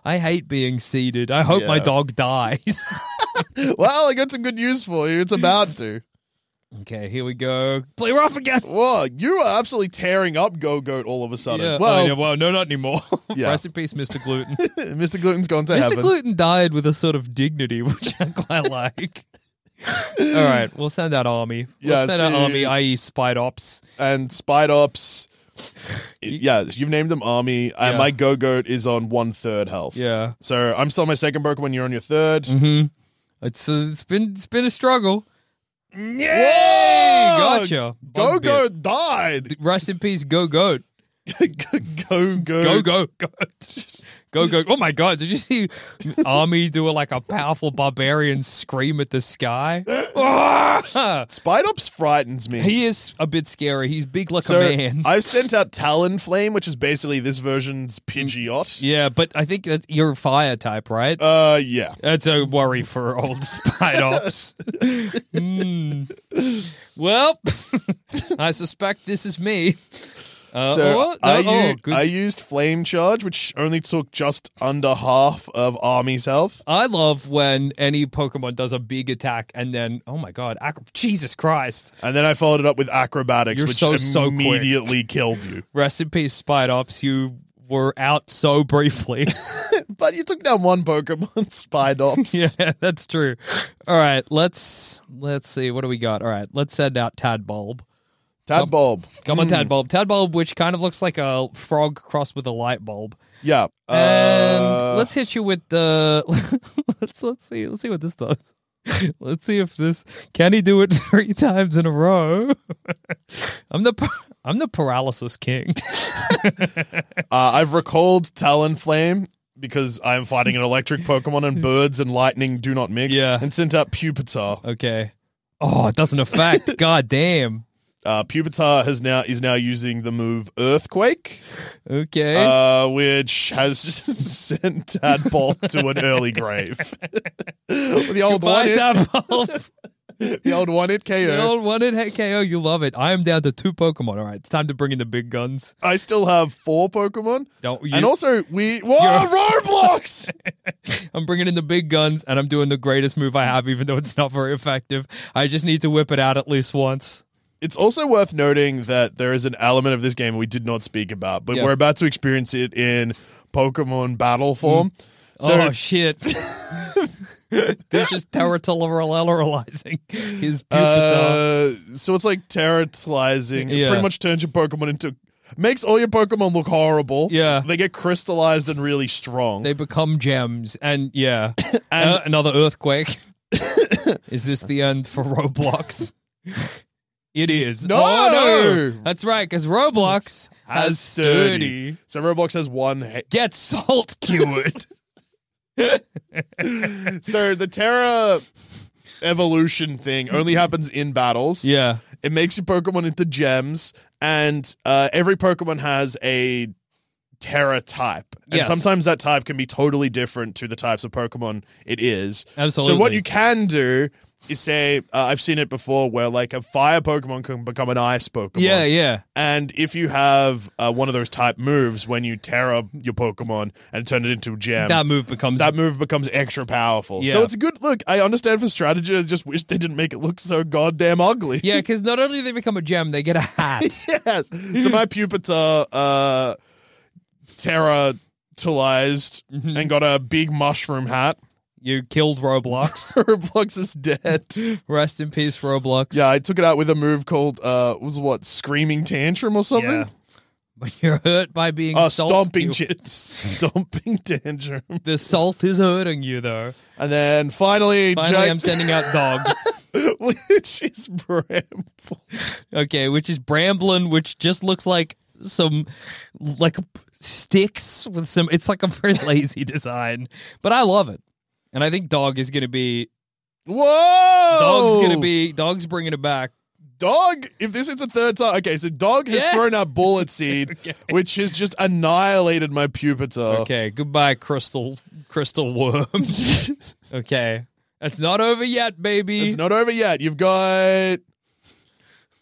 Speaker 5: I hate being seeded. I hope my
Speaker 4: Yeah.
Speaker 5: dog dies.
Speaker 4: well, I got some good news for you. It's about to.
Speaker 5: okay, here we go. Play rough again.
Speaker 4: Whoa, you are absolutely tearing up Go Goat all of a sudden.
Speaker 5: Yeah.
Speaker 4: Well,
Speaker 5: oh, yeah, well, no, not anymore.
Speaker 4: Yeah.
Speaker 5: Rest in peace, Mr. Gluten.
Speaker 4: Mr. Gluten's gone to
Speaker 5: Mr.
Speaker 4: heaven.
Speaker 5: Gluten died with a sort of dignity, which I quite like. All right, we'll send out army.
Speaker 4: Yeah,
Speaker 5: we'll send out
Speaker 4: see-
Speaker 5: army, i.e., Spite Ops.
Speaker 4: and Spide Ops. Yeah, you've named them Army. And
Speaker 5: Yeah.
Speaker 4: my Go Goat is on one third health.
Speaker 5: Yeah.
Speaker 4: So I'm still on my second Pokemon. You're on your 3rd
Speaker 5: Mm-hmm. It's uh, it's been it's been a struggle.
Speaker 4: Whoa!
Speaker 5: Gotcha.
Speaker 4: Go
Speaker 5: Bug
Speaker 4: Goat died.
Speaker 5: Rest in peace, go goat.
Speaker 4: Go Goat.
Speaker 5: Go go goat. Go go. Oh my god, did you see Army do a, like a powerful barbarian scream at the sky? Ah!
Speaker 4: Spide Ops frightens me.
Speaker 5: he is a bit scary. He's big like
Speaker 4: so
Speaker 5: a man.
Speaker 4: I've sent out Talonflame, which is basically this version's Pidgeot.
Speaker 5: yeah, but I think that you're a fire type, right?
Speaker 4: Uh, yeah.
Speaker 5: That's a worry for old Spite Ops. Hmm. Well, I suspect this is me. Uh,
Speaker 4: So
Speaker 5: oh,
Speaker 4: I,
Speaker 5: no, oh,
Speaker 4: u-
Speaker 5: good
Speaker 4: I
Speaker 5: s-
Speaker 4: used flame charge, which only took just under half of Army's health.
Speaker 5: I love when any Pokemon does a big attack and then, oh my god, ac- Jesus Christ.
Speaker 4: And then I followed it up with acrobatics,
Speaker 5: You're
Speaker 4: which
Speaker 5: so, so quick.
Speaker 4: immediately killed you.
Speaker 5: Rest in peace, Spite Ops. You were out so briefly.
Speaker 4: But you took down one Pokemon, Spidops.
Speaker 5: yeah, that's true. All right, let's let's see. What do we got? All right, let's send out Tadbulb.
Speaker 4: Tad Bulb.
Speaker 5: Come on, Tadbulb. Tadbulb, which kind of looks like a frog crossed with a light bulb.
Speaker 4: Yeah.
Speaker 5: And
Speaker 4: Uh,
Speaker 5: let's hit you with the let's let's see let's see what this does. Let's see if this can he do it three times in a row. I'm the par- I'm the paralysis king.
Speaker 4: uh, I've recalled Talonflame because I'm fighting an electric Pokemon and birds and lightning do not mix.
Speaker 5: Yeah.
Speaker 4: And sent out Pupitar.
Speaker 5: Okay. Oh, it doesn't affect. God damn.
Speaker 4: Uh, Pupitar has now is now using the move Earthquake.
Speaker 5: Okay.
Speaker 4: uh, which has sent Tadpole to an early grave. the old
Speaker 5: Goodbye,
Speaker 4: one.
Speaker 5: Tadpole.
Speaker 4: the old one hit KO.
Speaker 5: The old one in hit KO, you love it. I am down to two Pokemon. All right, it's time to bring in the big guns.
Speaker 4: I still have four Pokemon.
Speaker 5: Don't you-
Speaker 4: and also we whoa Roblox.
Speaker 5: I'm bringing in the big guns, and I'm doing the greatest move I have, even though it's not very effective. I just need to whip it out at least once.
Speaker 4: it's also worth noting that there is an element of this game we did not speak about, but
Speaker 5: Yeah. Mm.
Speaker 4: we're about to experience it in Pokemon battle form. So
Speaker 5: oh shit! They're just territorializing his Pupitar.
Speaker 4: uh, so it's like terrorizing. It
Speaker 5: Yeah.
Speaker 4: Pretty much turns your Pokemon into makes all your Pokemon look horrible.
Speaker 5: Yeah.
Speaker 4: they get crystallized and really strong.
Speaker 5: they become gems, and yeah, Uh, another earthquake. Is this the end for Roblox? It is.
Speaker 4: No!
Speaker 5: Oh, no. that's right, because Roblox has
Speaker 4: Has
Speaker 5: sturdy.
Speaker 4: So Roblox has one. he-
Speaker 5: Get salt cured.
Speaker 4: so the Terra evolution thing only happens in battles.
Speaker 5: yeah.
Speaker 4: It makes your Pokemon into gems, and uh, every Pokemon has a Terra type. And
Speaker 5: Yes.
Speaker 4: sometimes that type can be totally different to the types of Pokemon it is.
Speaker 5: Absolutely.
Speaker 4: So, what you can do is say, uh, I've seen it before where like a fire Pokemon can become an ice Pokemon.
Speaker 5: Yeah, yeah.
Speaker 4: And if you have uh, one of those type moves when you Terra your Pokemon and turn it into a gem,
Speaker 5: that move becomes
Speaker 4: that move becomes extra powerful.
Speaker 5: Yeah.
Speaker 4: So it's a good look. I understand for strategy. I just wish they didn't make it look so goddamn ugly.
Speaker 5: Yeah, because not only do they become a gem, they get a hat.
Speaker 4: yes. So my pupitar uh, terrorized
Speaker 5: Mm-hmm.
Speaker 4: and got a big mushroom hat.
Speaker 5: you killed Roblox.
Speaker 4: Roblox is dead.
Speaker 5: Rest in peace, Roblox.
Speaker 4: Yeah, I took it out with a move called uh, was what screaming tantrum or something.
Speaker 5: Yeah. But you're hurt by being
Speaker 4: Oh,
Speaker 5: salt
Speaker 4: stomping,
Speaker 5: cured.
Speaker 4: ch- stomping tantrum,
Speaker 5: The salt is hurting you, though.
Speaker 4: and then finally,
Speaker 5: Finally, I'm
Speaker 4: Jake's-
Speaker 5: sending out dog.
Speaker 4: which is bramble.
Speaker 5: okay, which is Bramblin, which just looks like some like sticks with some. It's like a very lazy design, but I love it, and I think dog is gonna be
Speaker 4: Whoa!
Speaker 5: dog's
Speaker 4: Oh!
Speaker 5: gonna be dog's bringing it back.
Speaker 4: Dog, if this is a third time, okay, so dog has
Speaker 5: Yeah.
Speaker 4: thrown out bullet seed, which has just annihilated my pupitar.
Speaker 5: Okay, goodbye, crystal crystal worm. okay, it's not over yet, baby.
Speaker 4: It's not over yet. You've got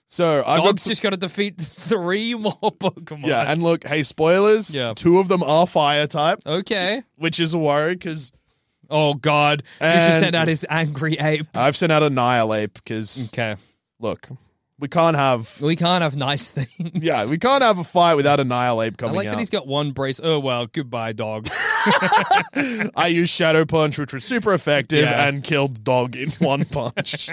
Speaker 4: so I've
Speaker 5: Dog's
Speaker 4: got
Speaker 5: just got to defeat three more Pokemon.
Speaker 4: yeah, and look, hey, spoilers.
Speaker 5: Yeah.
Speaker 4: two of them are fire type,
Speaker 5: okay.
Speaker 4: which is a worry because
Speaker 5: Oh God, you
Speaker 4: And-
Speaker 5: just sent out his angry ape.
Speaker 4: I've sent out annihilate because
Speaker 5: Okay,
Speaker 4: look, we can't have
Speaker 5: we can't have nice things.
Speaker 4: yeah, we can't have a fight without annihilate
Speaker 5: I
Speaker 4: coming
Speaker 5: like
Speaker 4: out.
Speaker 5: that he's got one brace. Oh well, goodbye, dog.
Speaker 4: I used Shadow Punch, which was super effective,
Speaker 5: Yeah.
Speaker 4: and killed Dog in one punch.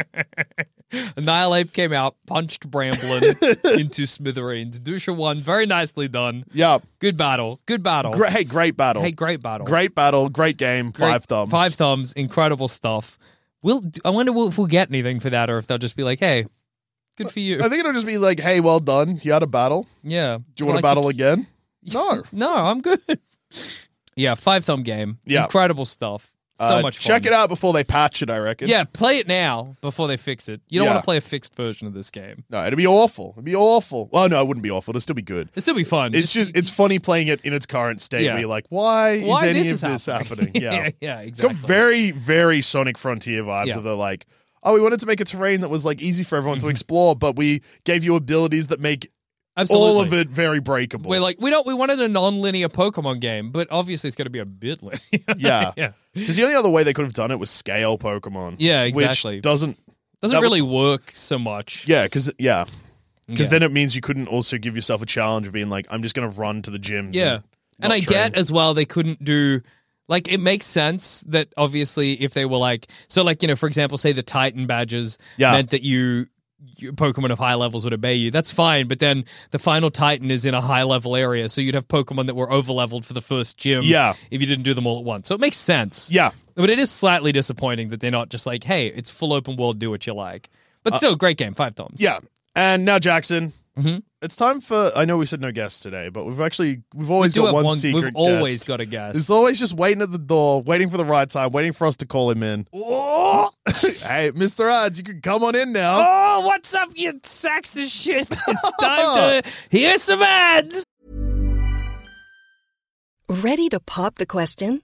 Speaker 5: Annihilate came out, punched Bramblin into smithereens. Dusha won. Very nicely done.
Speaker 4: yeah,
Speaker 5: Good battle. Good battle.
Speaker 4: great, hey, great battle.
Speaker 5: Hey, great battle.
Speaker 4: Great battle, great game,
Speaker 5: Great-
Speaker 4: five thumbs.
Speaker 5: Five thumbs. Incredible stuff. We'll, I wonder if we'll get anything for that, or if they'll just be like, "Hey, good for you."
Speaker 4: I think it'll just be like, hey, well done. You had a battle.
Speaker 5: yeah.
Speaker 4: Do you want to
Speaker 5: Like,
Speaker 4: battle again? No.
Speaker 5: No, I'm good. Yeah, five thumb game.
Speaker 4: Yeah.
Speaker 5: Incredible stuff. So
Speaker 4: Uh,
Speaker 5: much fun.
Speaker 4: Check it out before they patch it, I reckon.
Speaker 5: Yeah, play it now before they fix it. You don't
Speaker 4: Yeah.
Speaker 5: want to play a fixed version of this game.
Speaker 4: No, it'd be awful. It'd be awful. Well, no, it wouldn't be awful. It'd still be good.
Speaker 5: It'll still be fun.
Speaker 4: It's just it's funny playing it in its current state
Speaker 5: Yeah.
Speaker 4: where you're like, why,
Speaker 5: Why
Speaker 4: is any
Speaker 5: this
Speaker 4: of this
Speaker 5: is
Speaker 4: happening?
Speaker 5: happening?
Speaker 4: Yeah.
Speaker 5: Yeah,
Speaker 4: It's got
Speaker 5: exactly.
Speaker 4: very, very Sonic Frontier vibes
Speaker 5: Yeah. Mm-hmm.
Speaker 4: of the like, oh, we wanted to make a terrain that was like easy for everyone to explore, but we gave you abilities that make
Speaker 5: Absolutely.
Speaker 4: all of it very breakable.
Speaker 5: We're like, we don't. We wanted a non-linear Pokemon game, but obviously it's going to be a bit linear.
Speaker 4: Yeah.
Speaker 5: yeah.
Speaker 4: Because the only other way they could have done it was scale Pokemon.
Speaker 5: Yeah,
Speaker 4: Which
Speaker 5: exactly.
Speaker 4: doesn't.
Speaker 5: Doesn't
Speaker 4: That would-
Speaker 5: really work so much.
Speaker 4: Yeah, because yeah, because
Speaker 5: Yeah.
Speaker 4: then it means you couldn't also give yourself a challenge of being like, I'm just gonna run to the gym.
Speaker 5: Yeah. And I get as well they couldn't do like it makes sense that obviously if they were like so like you know for example say the Titan badges
Speaker 4: Yeah.
Speaker 5: meant that you your Pokemon of high levels would obey you. That's fine, but then the final Titan is in a high level area, so you'd have Pokemon that were over leveled for the first gym.
Speaker 4: Yeah.
Speaker 5: if you didn't do them all at once, so it makes sense.
Speaker 4: Yeah.
Speaker 5: but it is slightly disappointing that they're not just like, hey, it's full open world, do what you like. But still, great game, five thumbs.
Speaker 4: Uh, yeah. And now Jackson,
Speaker 5: Mm-hmm.
Speaker 4: it's time for. I know we said no guests today, but we've actually we've always
Speaker 5: do
Speaker 4: got
Speaker 5: have
Speaker 4: one,
Speaker 5: one-
Speaker 4: secret.
Speaker 5: we've always
Speaker 4: guest.
Speaker 5: got a guest.
Speaker 4: It's always just waiting at the door, waiting for the right time, waiting for us to call him in. hey, Mister Odds, you can come on in now.
Speaker 5: Oh, what's up, you sacks of shit? It's time to hear some ads.
Speaker 8: Ready to pop the question?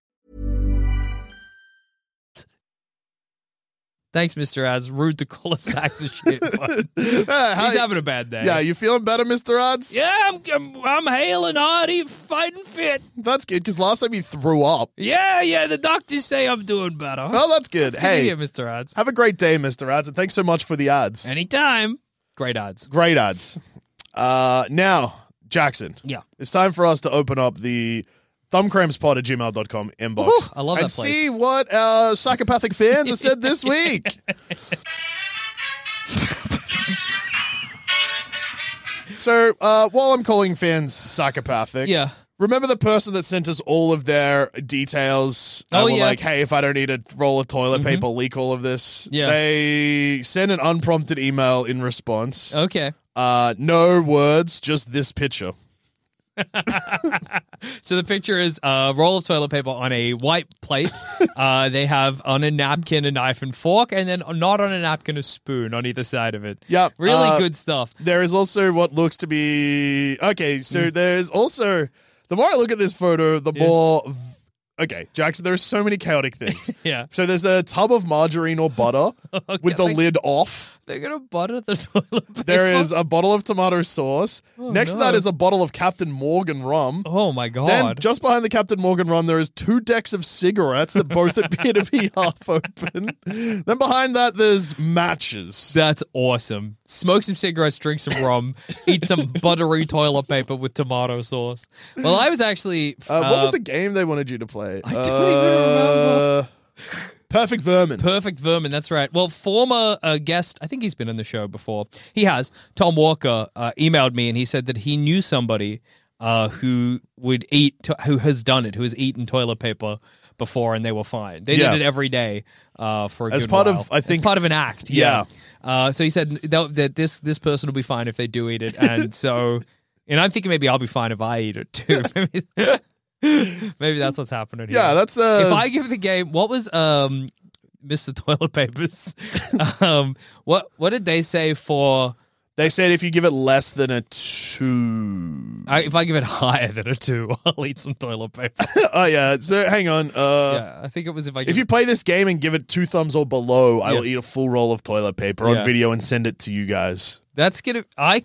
Speaker 5: Thanks, Mr. Az. Rude to call us sacks of shit. but
Speaker 4: Uh, how-
Speaker 5: Oh! He's having a bad day.
Speaker 4: yeah, you feeling better, Mr. Odds?
Speaker 5: Yeah, I'm, I'm, I'm hailing hearty, fighting fit.
Speaker 4: That's good, because last time you threw up.
Speaker 5: Yeah, yeah, the doctors say I'm doing better.
Speaker 4: Oh, that's good.
Speaker 5: Good to
Speaker 4: hey,
Speaker 5: hear, Mr. Odds.
Speaker 4: have a great day, Mr. Odds, and thanks so much for the odds.
Speaker 5: Anytime. Great odds.
Speaker 4: Great odds. Uh, now, Jackson,
Speaker 5: Yeah.
Speaker 4: it's time for us to open up the thumbcrampspot at gmail.com inbox.
Speaker 5: Whew, I love
Speaker 4: and
Speaker 5: that place.
Speaker 4: see what our psychopathic fans have said this week. so, uh, while I'm calling fans psychopathic,
Speaker 5: Yeah.
Speaker 4: Remember the person that sent us all of their details? and
Speaker 5: Oh,
Speaker 4: were
Speaker 5: yeah. Mm-hmm.
Speaker 4: Like, hey, if I don't need a roll of toilet paper, leak all of this.
Speaker 5: Yeah.
Speaker 4: They sent an unprompted email in response.
Speaker 5: Okay.
Speaker 4: Uh, no words, just this picture.
Speaker 5: So the picture is a roll of toilet paper on a white plate. uh, they have on a napkin a knife and fork, and then not on a napkin a spoon on either side of it.
Speaker 4: Yep,
Speaker 5: Really
Speaker 4: uh,
Speaker 5: good stuff.
Speaker 4: There is also what looks to be okay.
Speaker 5: Hmm.
Speaker 4: So there's also the more I look at this photo, the more okay, Jackson. There are so many chaotic things.
Speaker 5: Yeah.
Speaker 4: So there's a tub of margarine or butter with the
Speaker 5: Okay.
Speaker 4: lid off.
Speaker 5: They're going to butter the toilet paper.
Speaker 4: There is a bottle of tomato sauce. Next to
Speaker 5: Oh, no.
Speaker 4: that is a bottle of Captain Morgan rum.
Speaker 5: Oh my God.
Speaker 4: Then just behind the Captain Morgan rum, there is two decks of cigarettes that both appear to be half open. Then behind that, there's matches.
Speaker 5: That's awesome. Smoke some cigarettes, drink some rum, eat some buttery toilet paper with tomato sauce. Well, I was actually.
Speaker 4: Uh, what
Speaker 5: uh,
Speaker 4: was the game they wanted you to play? I
Speaker 5: don't even remember.
Speaker 4: Perfect Vermin.
Speaker 5: Perfect Vermin, that's right. Well, former uh, guest, I think he's been on the show before. He has. Tom Walker uh, emailed me and he said that he knew somebody uh, who would eat, to- who has done it, who has eaten toilet paper before, and they were fine. They
Speaker 4: Yeah.
Speaker 5: did it every day uh, for a
Speaker 4: As
Speaker 5: good
Speaker 4: part of-
Speaker 5: while.
Speaker 4: I think-
Speaker 5: as part of an act.
Speaker 4: Yeah.
Speaker 5: Yeah. Uh, so he said that, that this this person will be fine if they do eat it, and so, and I'm thinking maybe I'll be fine if I eat it too. maybe, maybe that's what's happening. Here
Speaker 4: yeah, that's uh,
Speaker 5: if I give the game, what was um Mr. Toilet Papers? um, what what did they say for?
Speaker 4: they said if you give it less than a two.
Speaker 5: I, if I give it higher than a two, I'll eat some toilet paper.
Speaker 4: oh yeah. So hang on. Uh,
Speaker 5: yeah, I think it was if I give
Speaker 4: If you play this game and give it two thumbs or below, I
Speaker 5: Yeah.
Speaker 4: will eat a full roll of toilet paper on
Speaker 5: Yeah.
Speaker 4: video and send it to you guys.
Speaker 5: that's gonna I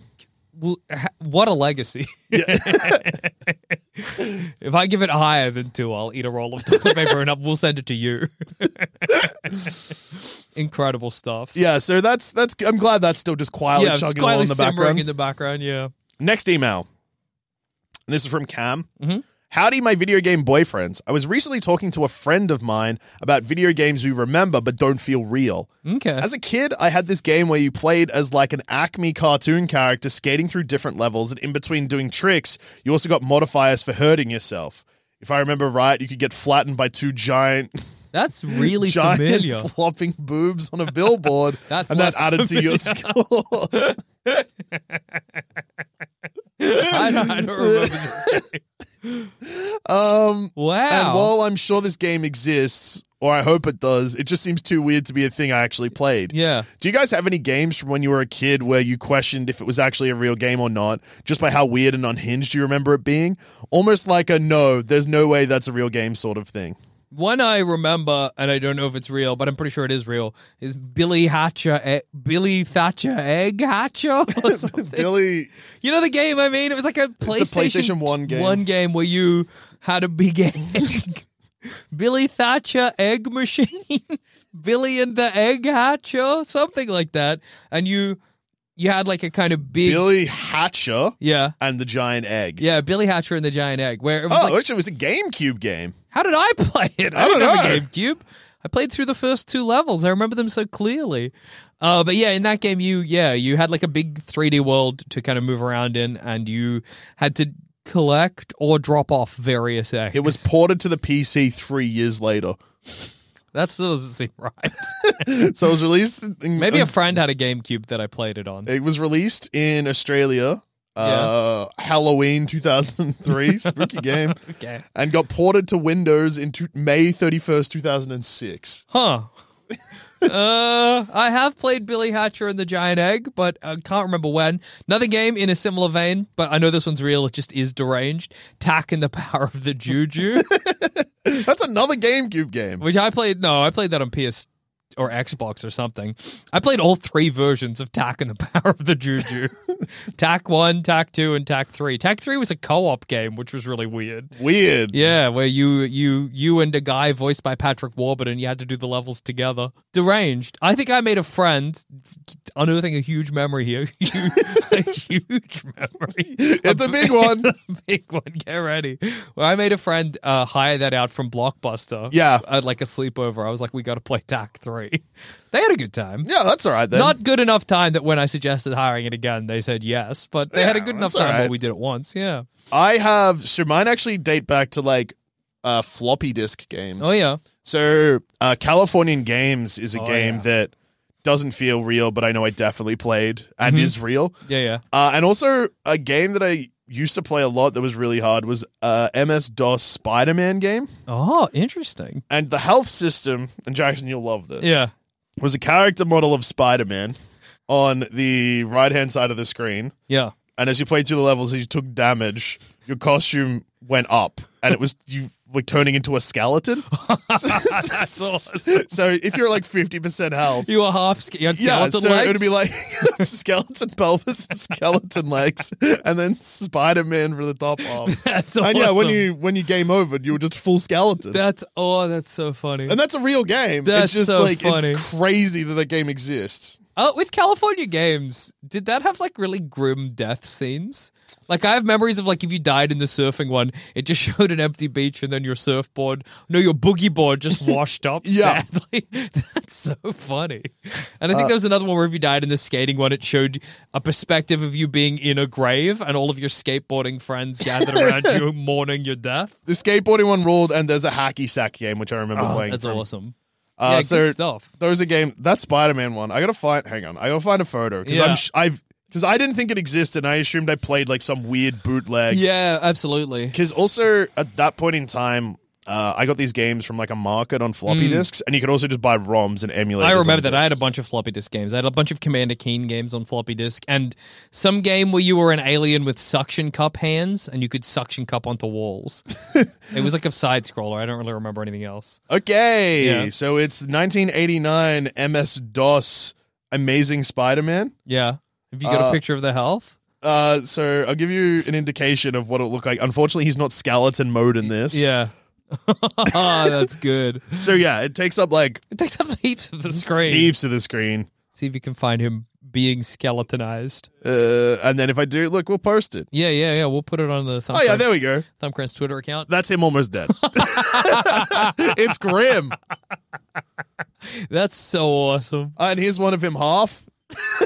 Speaker 5: will. ha- What a legacy! if I give it higher than two, I'll eat a roll of toilet paper and up. We'll send it to you. Incredible stuff.
Speaker 4: Yeah, so that's that's. I'm glad that's still just quietly
Speaker 5: yeah,
Speaker 4: chugging
Speaker 5: quietly
Speaker 4: along in the
Speaker 5: simmering
Speaker 4: background.
Speaker 5: in the background. Yeah.
Speaker 4: Next email. And this is from Cam.
Speaker 5: Mm-hmm.
Speaker 4: Howdy, my video game boyfriends. I was recently talking to a friend of mine about video games we remember but don't feel real.
Speaker 5: Okay.
Speaker 4: As a kid, I had this game where you played as like an Acme cartoon character skating through different levels, and in between doing tricks, you also got modifiers for hurting yourself. If I remember right, you could get flattened by two giant,
Speaker 5: That's really
Speaker 4: giant
Speaker 5: familiar.
Speaker 4: flopping boobs on a billboard,
Speaker 5: That's
Speaker 4: and that
Speaker 5: less
Speaker 4: added to your
Speaker 5: familiar.
Speaker 4: score.
Speaker 5: I don't, I don't remember this.
Speaker 4: um,
Speaker 5: Wow.
Speaker 4: And while I'm sure this game exists, or I hope it does, it just seems too weird to be a thing I actually played.
Speaker 5: yeah.
Speaker 4: Do you guys have any games from when you were a kid where you questioned if it was actually a real game or not, just by how weird and unhinged you remember it being? Almost like a no, there's no way that's a real game sort of thing.
Speaker 5: One I remember, and I don't know if it's real, but I'm pretty sure it is real. Is Billy Hatcher, e- Billy Thatcher, Egg Hatcher, or something?
Speaker 4: Billy,
Speaker 5: you know the game I mean? It was like a PlayStation,
Speaker 4: It's a PlayStation 1 game.
Speaker 5: One game where you had a big egg. Billy Thatcher Egg Machine, Billy and the Egg Hatcher, something like that, and you you had like a kind of big
Speaker 4: Billy Hatcher
Speaker 5: yeah
Speaker 4: and the Giant Egg.
Speaker 5: yeah Billy Hatcher and the Giant Egg, where it was
Speaker 4: Oh,
Speaker 5: like
Speaker 4: actually, it was a GameCube game.
Speaker 5: How did I play it?
Speaker 4: I don't
Speaker 5: didn't have
Speaker 4: know.
Speaker 5: a GameCube. I played through the first two levels. I remember them so clearly. Uh, but yeah, in that game, you yeah you had like a big 3D world to kind of move around in, and you had to collect or drop off various eggs.
Speaker 4: It was ported to the PC three years later.
Speaker 5: That still doesn't seem right.
Speaker 4: so it was released. In,
Speaker 5: Maybe a friend had a GameCube that I played it on.
Speaker 4: It was released in Australia. Uh, Halloween 2003, spooky game,
Speaker 5: Okay.
Speaker 4: and got ported to Windows in two, May 31st, 2006.
Speaker 5: Huh. uh, I have played Billy Hatcher and the Giant Egg, but I can't remember when. Another game in a similar vein, but I know this one's real. It just is deranged. Tack and the Power of the Juju,
Speaker 4: That's another GameCube game.
Speaker 5: which I played. No, I played that on PS or Xbox or something. I played all three versions of Tack and the Power of the Juju Tack 1, Tack 2, and Tack 3. Tack 3 was a co op game, which was really weird.
Speaker 4: Weird.
Speaker 5: Yeah, where you you you and a guy voiced by Patrick Warburton, you had to do the levels together. Deranged. I think I made a friend. Unearthing a huge memory here. a huge memory.
Speaker 4: It's a big one.
Speaker 5: big one. Get ready. Well, I made a friend uh, hire that out from Blockbuster.
Speaker 4: Yeah.
Speaker 5: at like a sleepover. I was like, we got to play TAC three. They had a good time.
Speaker 4: Yeah, that's all right then.
Speaker 5: Not good enough time that when I suggested hiring it again, they said yes. But they had a
Speaker 4: Yeah,
Speaker 5: good enough
Speaker 4: that's all
Speaker 5: time that
Speaker 4: right.
Speaker 5: we did it once. Yeah.
Speaker 4: I have so mine actually date back to like uh floppy disk games.
Speaker 5: Oh yeah.
Speaker 4: So uh Californian Games is a
Speaker 5: Oh,
Speaker 4: game
Speaker 5: yeah.
Speaker 4: that doesn't feel real, but I know I definitely played and
Speaker 5: Mm-hmm.
Speaker 4: is real.
Speaker 5: Yeah. Yeah.
Speaker 4: Uh and also a game that I used to play a lot that was really hard was uh MS DOS Spider Man game.
Speaker 5: Oh, interesting.
Speaker 4: And the health system, and Jackson, you'll love this.
Speaker 5: Yeah.
Speaker 4: Was a character model of Spider Man on the right hand side of the screen.
Speaker 5: Yeah.
Speaker 4: and as you played through the levels as you took damage your costume went up and it was you like turning into a skeleton
Speaker 5: That's awesome.
Speaker 4: so if you're like 50% health
Speaker 5: You are half ske- you had
Speaker 4: yeah,
Speaker 5: skeleton
Speaker 4: so
Speaker 5: legs.
Speaker 4: it would be like skeleton pelvis and skeleton legs, and then Spider Man for the top off.
Speaker 5: That's
Speaker 4: and yeah, when
Speaker 5: awesome.
Speaker 4: you when you game over, you were just full skeleton,
Speaker 5: that's oh, that's so funny.
Speaker 4: and that's a real game.
Speaker 5: That's
Speaker 4: it's just
Speaker 5: so
Speaker 4: like
Speaker 5: funny.
Speaker 4: it's crazy that that game exists.
Speaker 5: Oh, with California Games, did that have like really grim death scenes? Like I have memories of like if you died in the surfing one, it just showed an empty beach and then your surfboard, no, your boogie board just washed up.
Speaker 4: Yeah. Uh,
Speaker 5: sadly, that's so funny. And I think there was another one where if you died in the skating one, it showed a perspective of you being in a grave and all of your skateboarding friends gathered around you mourning your death.
Speaker 4: The skateboarding one ruled, and there's a hacky sack game which I remember playing.
Speaker 5: Oh, That's
Speaker 4: from-
Speaker 5: awesome.
Speaker 4: Uh,
Speaker 5: yeah,
Speaker 4: so
Speaker 5: good stuff.
Speaker 4: There was a game that Spider-Man one. I gotta find. Hang on, I gotta find a photo because
Speaker 5: Yeah.
Speaker 4: I'm sh- I've because I didn't think it existed. and I assumed I played like some weird bootleg.
Speaker 5: Yeah, absolutely.
Speaker 4: Because also at that point in time, uh, I got these games from like a market on floppy disks, and you could also just buy ROMs and emulators.
Speaker 5: Mm. I
Speaker 4: on
Speaker 5: remember
Speaker 4: the
Speaker 5: that I had a
Speaker 4: discs.
Speaker 5: bunch of floppy disk games. I had a bunch of Commander Keen games on floppy disk, and some game where you were an alien with suction cup hands and you could suction cup onto walls. it was like a side scroller. I don't really remember anything else.
Speaker 4: Okay,
Speaker 5: Yeah.
Speaker 4: so it's 1989 MS DOS Amazing Spider-Man.
Speaker 5: Yeah. Have you got a
Speaker 4: Uh,
Speaker 5: picture of the health?
Speaker 4: Uh, so I'll give you an indication of what it looked like. Unfortunately, he's not skeleton mode in this.
Speaker 5: Yeah. Ah, that's good.
Speaker 4: So yeah, it takes up like
Speaker 5: It takes up heaps of the screen.
Speaker 4: heaps of the screen.
Speaker 5: See if you can find him being skeletonized.
Speaker 4: Uh, and then if I do, look, we'll post it.
Speaker 5: Yeah, yeah, yeah. We'll put it on the
Speaker 4: Oh yeah, there we go.
Speaker 5: Thumbcrant's Twitter account.
Speaker 4: That's him almost dead. it's grim.
Speaker 5: That's so awesome.
Speaker 4: and here's one of him half.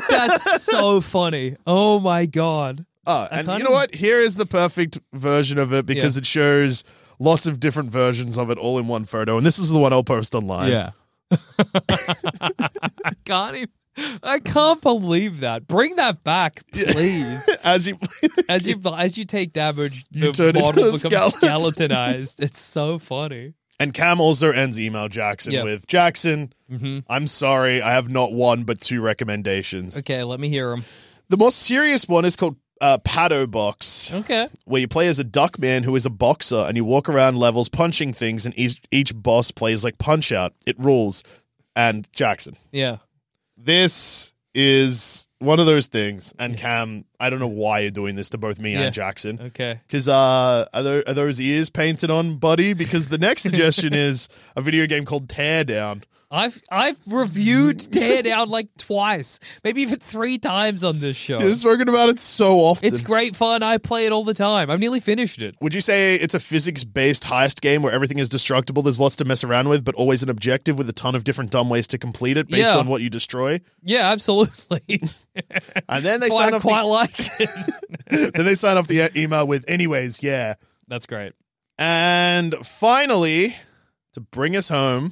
Speaker 5: That's so funny. Oh my god.
Speaker 4: Oh,
Speaker 5: I
Speaker 4: and
Speaker 5: can't
Speaker 4: you know
Speaker 5: even-
Speaker 4: what? Here is the perfect version of it because
Speaker 5: Yeah.
Speaker 4: it shows lots of different versions of it all in one photo. And this is the one I'll post online.
Speaker 5: Yeah. I can't even, I can't believe that. Bring that back, please.
Speaker 4: As you,
Speaker 5: As you as you take damage,
Speaker 4: You
Speaker 5: the
Speaker 4: turn into
Speaker 5: model
Speaker 4: a
Speaker 5: becomes
Speaker 4: skeleton.
Speaker 5: skeletonized. It's so funny.
Speaker 4: and Cam also ends email Jackson
Speaker 5: Yeah. Mm-hmm.
Speaker 4: with Jackson. I'm sorry, I have not one but two recommendations.
Speaker 5: Okay, let me hear him.
Speaker 4: The more serious one is called uh, Pado Box.
Speaker 5: Okay.
Speaker 4: where you play as a duck man who is a boxer and you walk around levels punching things and each, each boss plays like punch out it rules and jackson
Speaker 5: Yeah.
Speaker 4: this is one of those things and cam i don't know why you're doing this to both me
Speaker 5: Yeah.
Speaker 4: and jackson
Speaker 5: Okay.
Speaker 4: because uh are, tho- are those ears painted on buddy because the next suggestion is a video game called teardown
Speaker 5: I've I've reviewed Teardown like twice, maybe even three times on this show.
Speaker 4: you've spoken about it so often
Speaker 5: Oh. It's great fun. I play it all the time. I've nearly finished it.
Speaker 4: would you say it's a physics-based heist game where everything is destructible? There's lots to mess around with, but always an objective with a ton of different dumb ways to complete it based
Speaker 5: Yeah.
Speaker 4: on what you destroy.
Speaker 5: Yeah, absolutely.
Speaker 4: And then they
Speaker 5: That's why
Speaker 4: sign
Speaker 5: I
Speaker 4: off.
Speaker 5: quite
Speaker 4: The,
Speaker 5: like it.
Speaker 4: then they sign off the e- email with, anyways, yeah.
Speaker 5: That's great.
Speaker 4: And finally, to bring us home,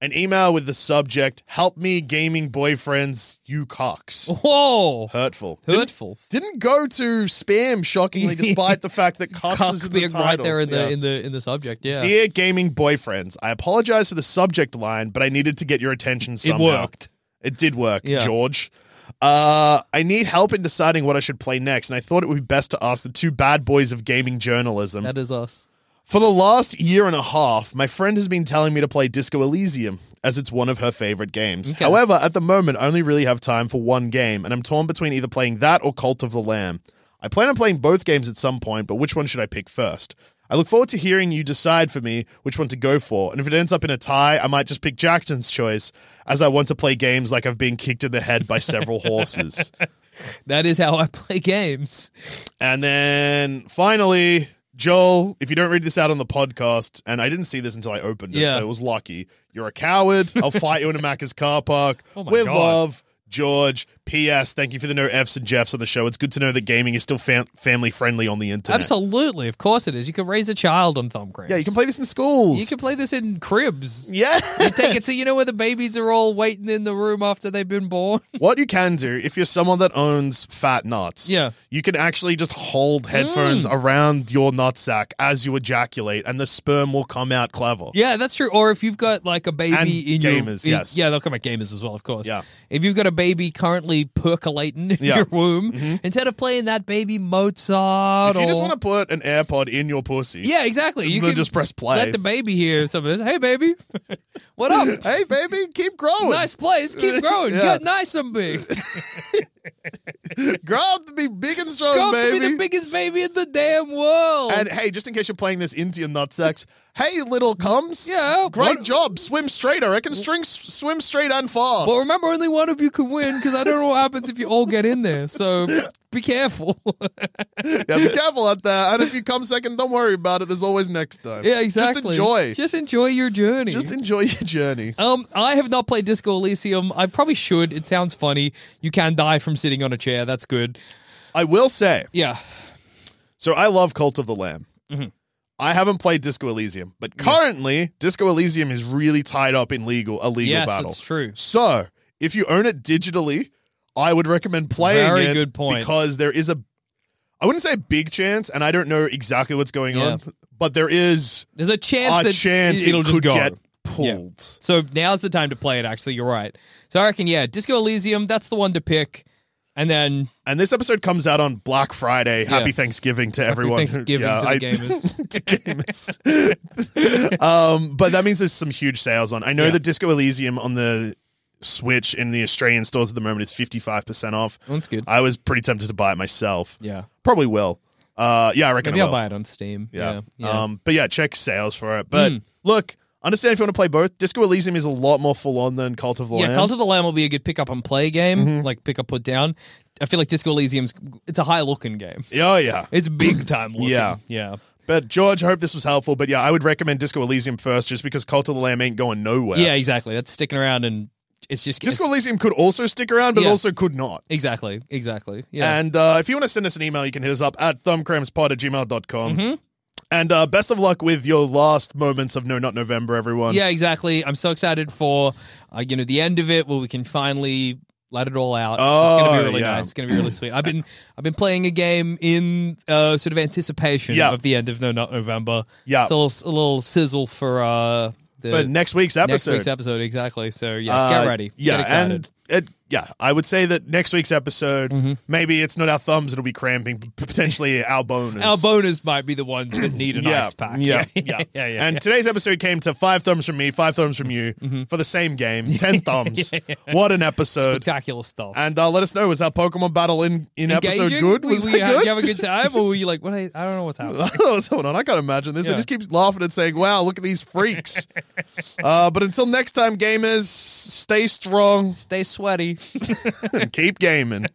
Speaker 4: an email with the subject "Help me, gaming boyfriends, you cocks."
Speaker 5: Whoa,
Speaker 4: hurtful,
Speaker 5: Oh. hurtful.
Speaker 4: Didn't, didn't go to spam, shockingly, despite the fact that cocks
Speaker 5: Cock
Speaker 4: is in the
Speaker 5: being
Speaker 4: title.
Speaker 5: right there in the
Speaker 4: Yeah.
Speaker 5: in the in the subject. Yeah,
Speaker 4: Dear gaming boyfriends, I apologize for the subject line, but I needed to get your attention somehow.
Speaker 5: worked.
Speaker 4: It did work,
Speaker 5: Yeah.
Speaker 4: George. Uh, I need help in deciding what I should play next, and I thought it would be best to ask the two bad boys of gaming journalism.
Speaker 5: that is us.
Speaker 4: For the last year and a half, my friend has been telling me to play Disco Elysium as it's one of her favorite games.
Speaker 5: Okay.
Speaker 4: However, at the moment, I only really have time for one game, and I'm torn between either playing that or Cult of the Lamb. I plan on playing both games at some point, but which one should I pick first? I look forward to hearing you decide for me which one to go for, and if it ends up in a tie, I might just pick Jackson's choice, as I want to play games like I've been kicked in the head by several horses.
Speaker 5: That is how I play games.
Speaker 4: And then finally, Joel, if you don't read this out on the podcast, and I didn't see this until I opened it,
Speaker 5: Yeah.
Speaker 4: so it was lucky. You're a coward. I'll fight you in a Macca's car park.
Speaker 5: Oh my
Speaker 4: With
Speaker 5: God.
Speaker 4: love, George. P.S. Thank you for the no F's and Jeffs on the show. It's good to know that gaming is still fam- family friendly on the internet.
Speaker 5: Absolutely, of course it is. You can raise a child on thumbcramps.
Speaker 4: Yeah, you can play this in schools.
Speaker 5: You can play this in cribs.
Speaker 4: yeah.
Speaker 5: You take it to you know where the babies are all waiting in the room after they've been born.
Speaker 4: what you can do if you're someone that owns fat nuts,
Speaker 5: Yeah. Mm.
Speaker 4: you can actually just hold headphones around your nutsack as you ejaculate, and the sperm will come out clever.
Speaker 5: Yeah, that's true. Or if you've got like a baby
Speaker 4: And
Speaker 5: in your
Speaker 4: gamers,
Speaker 5: in-
Speaker 4: yes.
Speaker 5: yeah, they'll come at gamers as well, of course.
Speaker 4: Yeah.
Speaker 5: if you've got a baby currently percolating in
Speaker 4: Yeah. Mm-hmm.
Speaker 5: your womb, instead of playing that baby Mozart,
Speaker 4: If you just
Speaker 5: or-
Speaker 4: want to put an AirPod in your pussy,
Speaker 5: yeah, exactly. You
Speaker 4: then
Speaker 5: can
Speaker 4: just press play.
Speaker 5: Let the baby hear some of this. Hey, baby, what up?
Speaker 4: hey baby, keep growing.
Speaker 5: Nice place. Keep growing.
Speaker 4: Yeah.
Speaker 5: Get nice and big.
Speaker 4: grow up to be big and strong,
Speaker 5: Grow up to
Speaker 4: baby.
Speaker 5: be the biggest baby in the damn world.
Speaker 4: and hey, just in case you're playing this into your nutsacks, hey little cums,
Speaker 5: Yeah,
Speaker 4: great
Speaker 5: what-
Speaker 4: job. Swim straight, I reckon. String, swim straight and fast.
Speaker 5: But remember, only one of you can win because I don't know what happens if you all get in there. So be careful.
Speaker 4: yeah, be careful out there. And if you come second, don't worry about it. There's always next time.
Speaker 5: yeah, exactly.
Speaker 4: Just enjoy. Just,
Speaker 5: Just enjoy your journey.
Speaker 4: enjoy your journey.
Speaker 5: um, I have not played Disco Elysium. I probably should. It sounds funny. You can die from sitting on a chair. That's good.
Speaker 4: I will say,
Speaker 5: Yeah.
Speaker 4: So I love Cult of the Lamb.
Speaker 5: Mm-hmm.
Speaker 4: I haven't played Disco Elysium, but currently Disco Elysium is really tied up in legal a legal
Speaker 5: yes,
Speaker 4: battle.
Speaker 5: it's true.
Speaker 4: So if you own it digitally, I would recommend playing
Speaker 5: Very
Speaker 4: it
Speaker 5: good point.
Speaker 4: because there is a I wouldn't say a big chance, and I don't know exactly what's going
Speaker 5: Yeah.
Speaker 4: on, but there is
Speaker 5: There's a chance
Speaker 4: a
Speaker 5: that
Speaker 4: chance
Speaker 5: it'll
Speaker 4: it
Speaker 5: just
Speaker 4: could
Speaker 5: go.
Speaker 4: get pulled.
Speaker 5: So now's the time to play it. Actually, you're right. So I reckon, yeah, Disco Elysium. That's the one to pick. And then
Speaker 4: And this episode comes out on Black Friday. Happy
Speaker 5: Yeah.
Speaker 4: Thanksgiving to everyone. who-
Speaker 5: Thanksgiving to the gamers.
Speaker 4: to gamers. um, but that means there's some huge sales on. I know
Speaker 5: Yeah.
Speaker 4: that Disco Elysium on the Switch in the Australian stores at the moment is 55% off.
Speaker 5: That's good.
Speaker 4: I was pretty tempted to buy it myself.
Speaker 5: yeah,
Speaker 4: Probably will. Uh, yeah, I reckon
Speaker 5: maybe
Speaker 4: I
Speaker 5: I'll
Speaker 4: will.
Speaker 5: buy it on Steam.
Speaker 4: Yeah.
Speaker 5: Yeah. yeah. Hmm.
Speaker 4: Um, but yeah, check sales for it. But look, understand if you want to play both. Disco Elysium is a lot more full on than Cult of the
Speaker 5: Yeah,
Speaker 4: Lamb.
Speaker 5: Cult of the Lamb will be a good pick up and play game,
Speaker 4: Mm-hmm.
Speaker 5: like pick up put down. I feel like Disco Elysium's it's a high looking game.
Speaker 4: oh, yeah.
Speaker 5: It's big time looking.
Speaker 4: Yeah.
Speaker 5: yeah.
Speaker 4: But George, I hope this was helpful. But yeah, I would recommend Disco Elysium first, just because Cult of the Lamb ain't going nowhere.
Speaker 5: Yeah, exactly. That's sticking around and it's just
Speaker 4: Disco
Speaker 5: it's-
Speaker 4: Elysium could also stick around, but
Speaker 5: Yeah.
Speaker 4: also could not.
Speaker 5: Exactly. Exactly. Yeah.
Speaker 4: And uh, if you want to send us an email, you can hit us up at thumbcrampspod at gmail.com.
Speaker 5: Mm-hmm.
Speaker 4: And uh, best of luck with your last moments of No Not November, everyone.
Speaker 5: yeah, exactly. I'm so excited for uh, you know the end of it where we can finally let it all out. it's gonna
Speaker 4: Oh,
Speaker 5: be really
Speaker 4: yeah.
Speaker 5: nice. It's gonna be really sweet. I've been I've been playing a game in uh, sort of anticipation
Speaker 4: Yeah.
Speaker 5: of the end of No Not November.
Speaker 4: Yeah.
Speaker 5: It's a little, a little sizzle for uh the
Speaker 4: But next week's episode.
Speaker 5: Next week's episode, exactly. So yeah,
Speaker 4: Uh,
Speaker 5: get ready.
Speaker 4: Yeah,
Speaker 5: get excited. Mm-hmm.
Speaker 4: and it, yeah, I would say that next week's episode, maybe it's not our thumbs that'll be cramping, but potentially our bonus.
Speaker 5: our bonus might be the ones that need an ice pack.
Speaker 4: Yeah, yeah,
Speaker 5: yeah, yeah. Mm-hmm.
Speaker 4: And today's episode came to five thumbs from me, five thumbs from you for the same game, ten thumbs. What an episode!
Speaker 5: spectacular stuff.
Speaker 4: uh, And uh, let us know was that Pokemon battle in in episode
Speaker 5: Engaging?
Speaker 4: good?
Speaker 5: We-
Speaker 4: Was
Speaker 5: we
Speaker 4: that
Speaker 5: had-
Speaker 4: good?
Speaker 5: Did you have a good time, or were you like, what? I, I don't know what's happening.
Speaker 4: I don't know what's going on. I can't imagine this. I
Speaker 5: Yeah.
Speaker 4: just keep laughing and saying, "Wow, look at these freaks." uh, but until next time, gamers, stay strong
Speaker 5: Stay sweaty.
Speaker 4: and keep gaming.